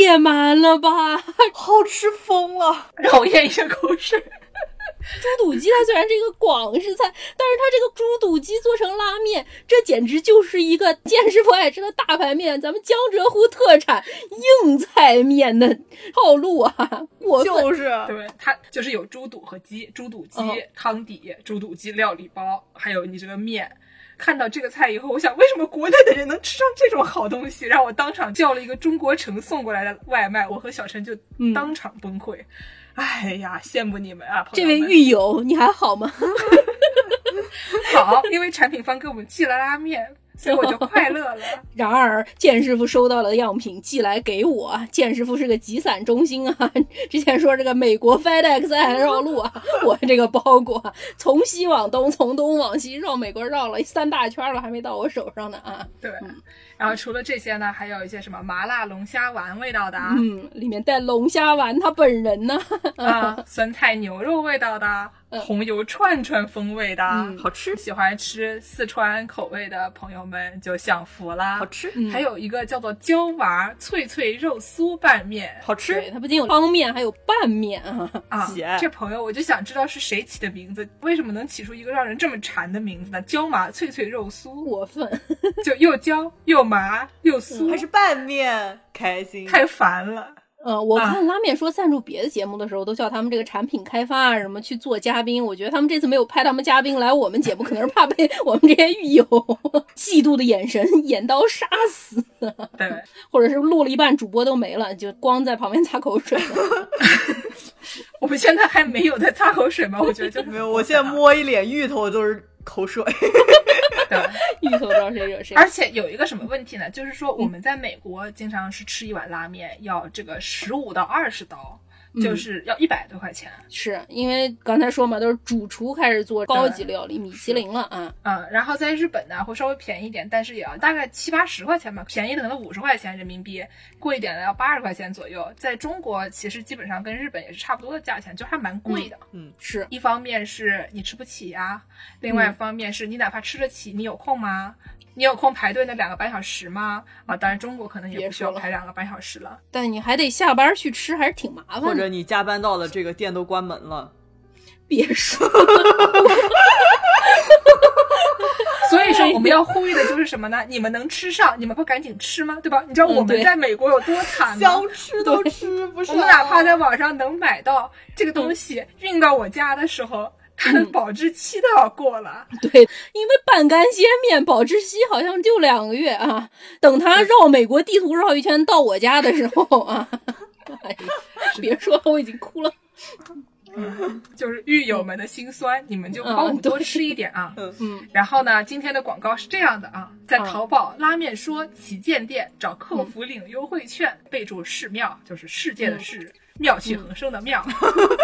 S3: 野蛮了吧？
S4: 好吃疯了。
S2: 让我咽一下口水。
S3: 猪肚鸡它虽然是一个广式菜，但是它这个猪肚鸡做成拉面，这简直就是一个见师傅爱吃的大排面，咱们江浙沪特产硬菜面的套路啊！过分，
S4: 就是
S2: 对，它就是有猪肚和鸡，猪肚鸡、
S3: 嗯
S2: 汤底、猪肚鸡料理包，还有你这个面。看到这个菜以后，我想为什么国内的人能吃上这种好东西？让我当场叫了一个中国城送过来的外卖，我和小陈就
S3: 嗯
S2: 当场崩溃。哎呀，羡慕你们啊，朋
S3: *laughs* 这
S2: 友
S3: 位
S2: 们！
S3: 狱友你还好吗？
S2: 好，因为产品方给我们寄了拉面，所以我就快乐了。
S3: *laughs* 然而，剑师傅收到了样品寄来给我。剑师傅是个集散中心啊， *laughs* 之前说这个美国 FedEx 还绕路啊， *laughs* 我这个包裹啊从西往东，从东往西，绕美国绕了三大圈了，还没到我手上呢啊。 *laughs*
S2: 对，然后除了这些呢，还有一些什么麻辣龙虾丸味道的啊，
S3: 嗯，里面带龙虾丸，他本人呢？
S2: 啊 *laughs* 酸菜牛肉味道的啊，
S3: 嗯
S2: 红油串串风味的啊，
S3: 嗯
S4: 好吃，
S2: 喜欢吃四川口味的朋友们就享福啦
S4: 好。吃，
S3: 嗯
S2: 还有一个叫做椒麻脆脆肉酥拌面
S4: 好
S3: 对， *laughs*
S4: 吃。
S3: 他不仅有汤面，还有拌面啊。
S2: 啊
S4: 喜爱，
S2: 这朋友我就想知道是谁起的名字，为什么能起出一个让人这么馋的名字呢？椒麻脆脆肉酥，
S3: 过分，
S2: 就又椒又麻又
S4: 嗯还
S2: 酥，
S4: 是拌面，开心。
S2: 太烦了。
S3: *laughs* 呃，我
S2: 啊
S3: 看拉面说赞助别的节目的时候，都叫他们这个产品开发啊什么去做嘉宾。我觉得他们这次没有派他们嘉宾来我们节目，可能是怕被 *laughs* 我们这些狱友嫉妒的眼神眼刀杀死，
S2: 对，
S3: 或者是录了一半主播都没了，就光在旁边擦口水。 *laughs*
S2: 我们现在还没有在擦口水吗？我觉得就是
S4: 没有，我现在摸一脸芋头都是口水。
S2: *laughs* 对。
S3: 芋头招谁惹谁？
S2: 而且有一个什么问题呢？就是说我们在美国经常是吃一碗拉面要这个十五到二十刀，就是要一百多块钱。
S3: 嗯是因为刚才说嘛，都是主厨开始做高级料理，米其林了啊。
S2: 嗯，然后在日本呢会稍微便宜一点，但是也要大概七八十块钱吧，便宜的可能五十块钱人民币，贵一点的要八十块钱左右。在中国其实基本上跟日本也是差不多的价钱，就还蛮贵
S3: 嗯
S2: 的。
S3: 是，
S2: 一方面是你吃不起呀、另外一方面是你哪怕吃得起，你有空吗？你有空排队那两个半小时吗？啊，当然中国可能也
S3: 别
S2: 不需要
S3: 说了
S2: 排两个半小时了。
S3: 但你还得下班去吃，还是挺麻
S4: 或
S3: 烦的。
S4: 者你加班到了，这个店都关门了。
S3: *laughs* 别说，
S2: *laughs* 所以说我们要呼吁的就是什么呢？你们能吃上，你们不赶紧吃吗？对吧？你知道我
S3: 嗯对
S2: 们在美国有多惨吗？
S4: 想吃都吃不
S2: 啊我
S4: 上，
S2: 们哪怕在网上能买到这个
S3: 嗯
S2: 东西，运到我家的时候，它的保质期都要过了。
S3: 对，因为半干鲜面保质期好像就两个月啊。等他绕美国地图绕一圈到我家的时候啊，哎呀 *laughs* 别说了，我已经哭了。
S2: 就是狱友们的心酸，你们就帮我们
S3: 嗯对
S2: 多吃一点啊。
S4: 嗯
S3: 嗯，
S2: 然后呢，今天的广告是这样的啊，在
S3: 嗯
S2: 淘宝拉面说旗舰店找客服领优惠券，备注“世庙”，就是世界的世，妙趣横生的妙，
S3: 嗯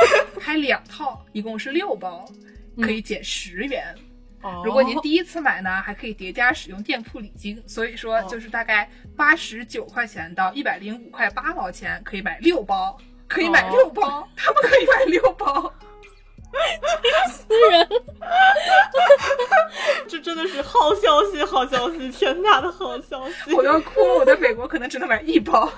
S2: *laughs* 开两套，一共是六包，可以减十元。如果您
S3: 哦
S2: 第一次买呢，还可以叠加使用店铺礼金，所以
S3: 哦
S2: 说就是大概八十九块钱到一百零五块八毛钱可以买六包，可以买
S3: 哦
S2: 六包，他们可以买六包。
S4: 这真的是好消息，好消 *laughs* 息，天大的好消
S2: *laughs*
S4: 息！
S2: 我都要哭了，我在美国可能只能买一包。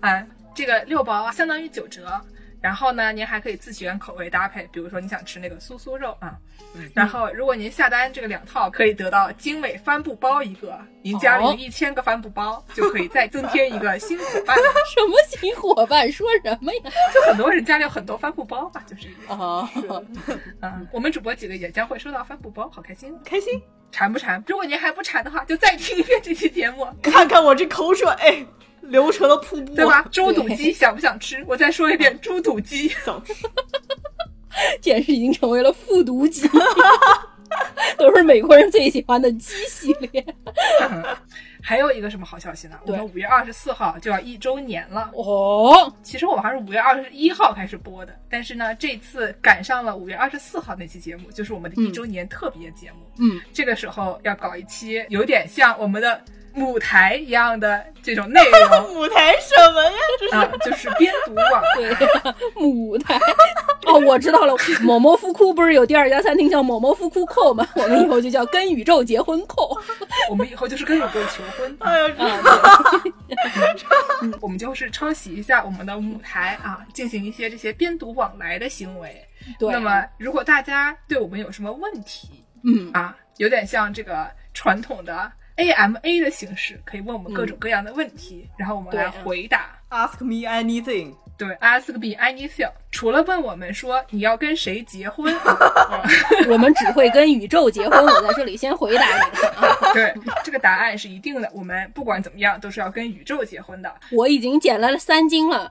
S2: 哎，这个六包啊，相当于九折。然后呢，您还可以自选口味搭配，比如说你想吃那个酥酥肉啊。
S4: 嗯
S2: 然后，如果您下单这个两套，可以得到精美帆布包一个。您家里有
S3: 哦
S2: 一千个帆布包，就可以再增添一个新伙伴。
S3: 什么新伙伴说什么呀？
S2: 就很多人家里有很多帆布包吧，就是这个意思。
S3: 啊，
S2: 嗯，我们主播几个也将会收到帆布包，好开心。
S4: 开心，
S2: 馋不馋？如果您还不馋的话，就再听一遍这期节目。
S4: 看看我这口水、哎、流成了瀑布，
S2: 对嗯吧？？猪肚鸡想不想吃？我再说一遍，猪肚鸡。
S4: 想吃，
S3: *laughs* 简直已经成为了复读 *laughs* 鸡，都是美国人最喜欢的鸡系列。
S2: 还有一个什么好消息呢？我
S3: 对
S2: 们五月二十四号就要一周年了。
S3: 哦，
S2: 其实我们还是五月二十一号开始播的，但是呢，这次赶上了五月二十四号那期节目，就是我们的一周年特别节目。
S3: 嗯，
S2: 这个时候要搞一期有点像我们的舞台一样的这种内 *laughs* 容
S4: *laughs* 舞台什么呀？
S2: 啊，就是边读网
S3: 对，母胎。 *laughs* 哦，我知
S2: *laughs*
S3: 道了，某某夫库不是有第二家餐厅叫某某夫库扣吗？ *laughs* 我们以后就叫跟宇宙结婚扣。
S2: 我们以后就是跟宇宙求婚，
S4: 哎呀，这
S3: 啊，
S2: 我们就是抄袭一下我们的舞台啊，进行一些这些边读往来的行为。
S3: 对，啊
S2: 那么，如果大家对我们有什么问题
S3: 嗯，
S2: 啊，有点像这个传统的 AMA 的形式，可以问我们各种各样的问题，然后我们
S3: 对
S2: 来
S3: 啊
S2: 回答。
S4: Ask me anything，
S2: 对，ask me anything。除了问我们说你要跟谁结
S3: *laughs*
S2: 婚，
S3: 我们只会跟宇宙结婚。我在这里先回答你们啊，
S2: 对，这个答案是一定的。我们不管怎么样，都是要跟宇宙结婚的。
S3: 我已经减了三斤了。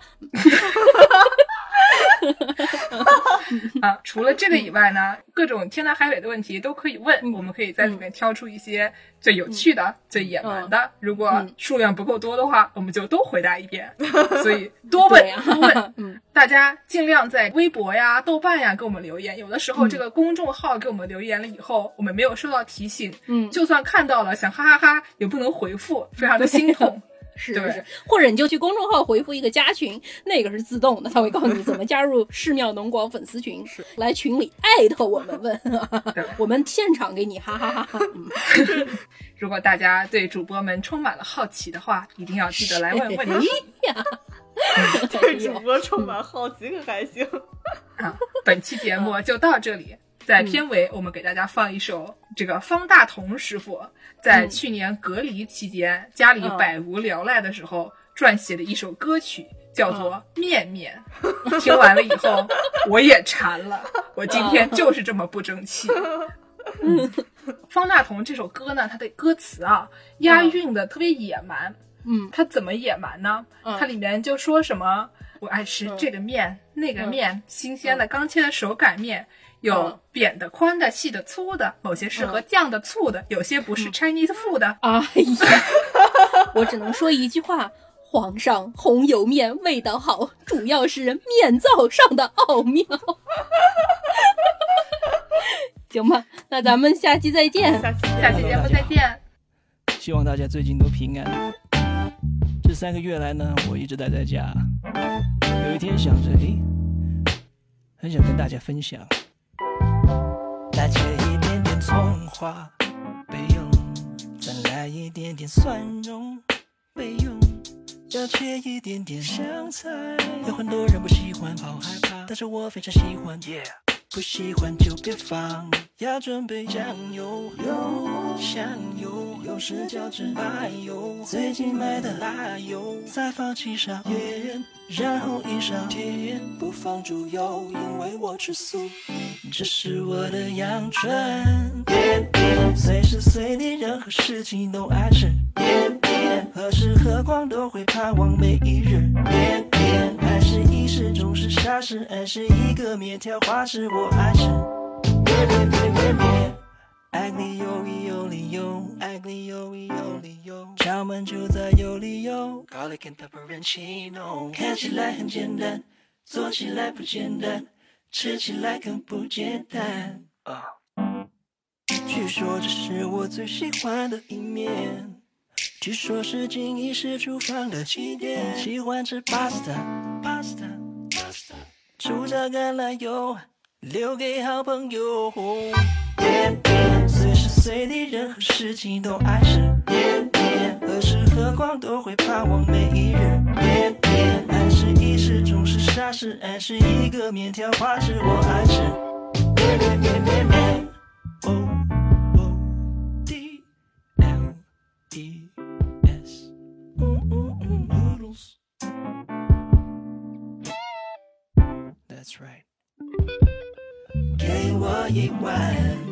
S2: 啊，除了这个以外呢，各种天南海北的问题都可以问，我们可以在里面
S3: 嗯
S2: 挑出一些最有趣的、最野蛮的。如果
S3: 嗯
S2: 数量不够多的话，我们就都回答一
S3: *laughs*
S2: 遍。所以多问
S3: 对呀
S2: 多问，
S3: 嗯，
S2: 大家尽量在微博呀、豆瓣呀给我们留言。有的时
S3: 嗯
S2: 候这个公众号给我们留言了以后，我们没有收到提醒，
S3: 嗯
S2: 就算看到了，想哈哈哈也不能回复，非常的心痛。
S3: 是
S2: 对
S3: 是，或者你就去公众号回复一个加群，那个是自动的，他会告诉你怎么加入寺庙农广粉丝群，是来群里艾特我们问
S2: 对，
S3: 我们现场给你哈哈哈哈。嗯
S2: 如果大家对主播们充满了好奇的话，一定要记得来问
S3: *laughs*
S2: 问题。
S4: 对主播充满好奇，可还 *laughs* 行。
S2: 啊，
S3: *laughs*
S2: 本期节目
S3: 嗯
S2: 就到这里。在片尾，我们给大家放一首这个方大同师傅在去年隔离期间
S3: 嗯
S2: 家里百无聊赖的时候撰写的一首歌曲，叫做《
S3: 嗯
S2: 面面》。听完了以后，我也馋
S3: *laughs*
S2: 了。我今天就是这么不争气。
S3: 嗯
S2: 方大同这首歌呢，它的歌词啊，押韵的特别野蛮。
S3: 嗯，
S2: 它怎么野蛮呢？
S3: 嗯
S2: 它里面就说什么我爱吃这个面、那个面，新鲜的刚切的手擀面，有
S3: 嗯
S2: 扁的、宽的、细的、粗的，某些适合酱的、醋的，有些不是 Chinese food 的。
S3: 哎呀，我只能说一句话：皇上红油面味道好，主要是面灶上的奥妙。行吧，那咱们下期再见。
S4: 下期见
S2: 下期节目再见。
S5: 希望大家最近都平安。这三个月来呢，我一直待在家，有一天想着，诶，很想跟大家分享，大家一点点葱花备用，再来一点点蒜蓉备用，要切一点点香菜。有很多人不喜欢，好害怕，但是我非常喜欢。Yeah. 不喜欢就别放，要准备酱油、油香油，有时叫芝麻油，最近买的辣油，再放七勺盐，然后一勺甜，不放猪油，因为我吃素，这是我的养成。随时随地任何事情都爱吃，何时何况都会盼望每一日。爱是一时，总是傻事，爱是一个面条花式，我爱是。爱你有理有理由，爱你有理有理由，敲门就在有理由。Garlic and pepper and chino，看起来很简单，做起来不简单，吃起来更不简单。啊、据说这是我最喜欢的一面。据说是锦衣是厨房的起点，喜欢吃 pasta pasta pasta，煮着橄榄油，留给好朋友。随时随地任何事情都爱吃，何时何况都会盼望每一日。爱是一时，总是傻事，爱是一个面条花式，我爱吃。O O D L E S. Noodles. E That's right. 给我一碗。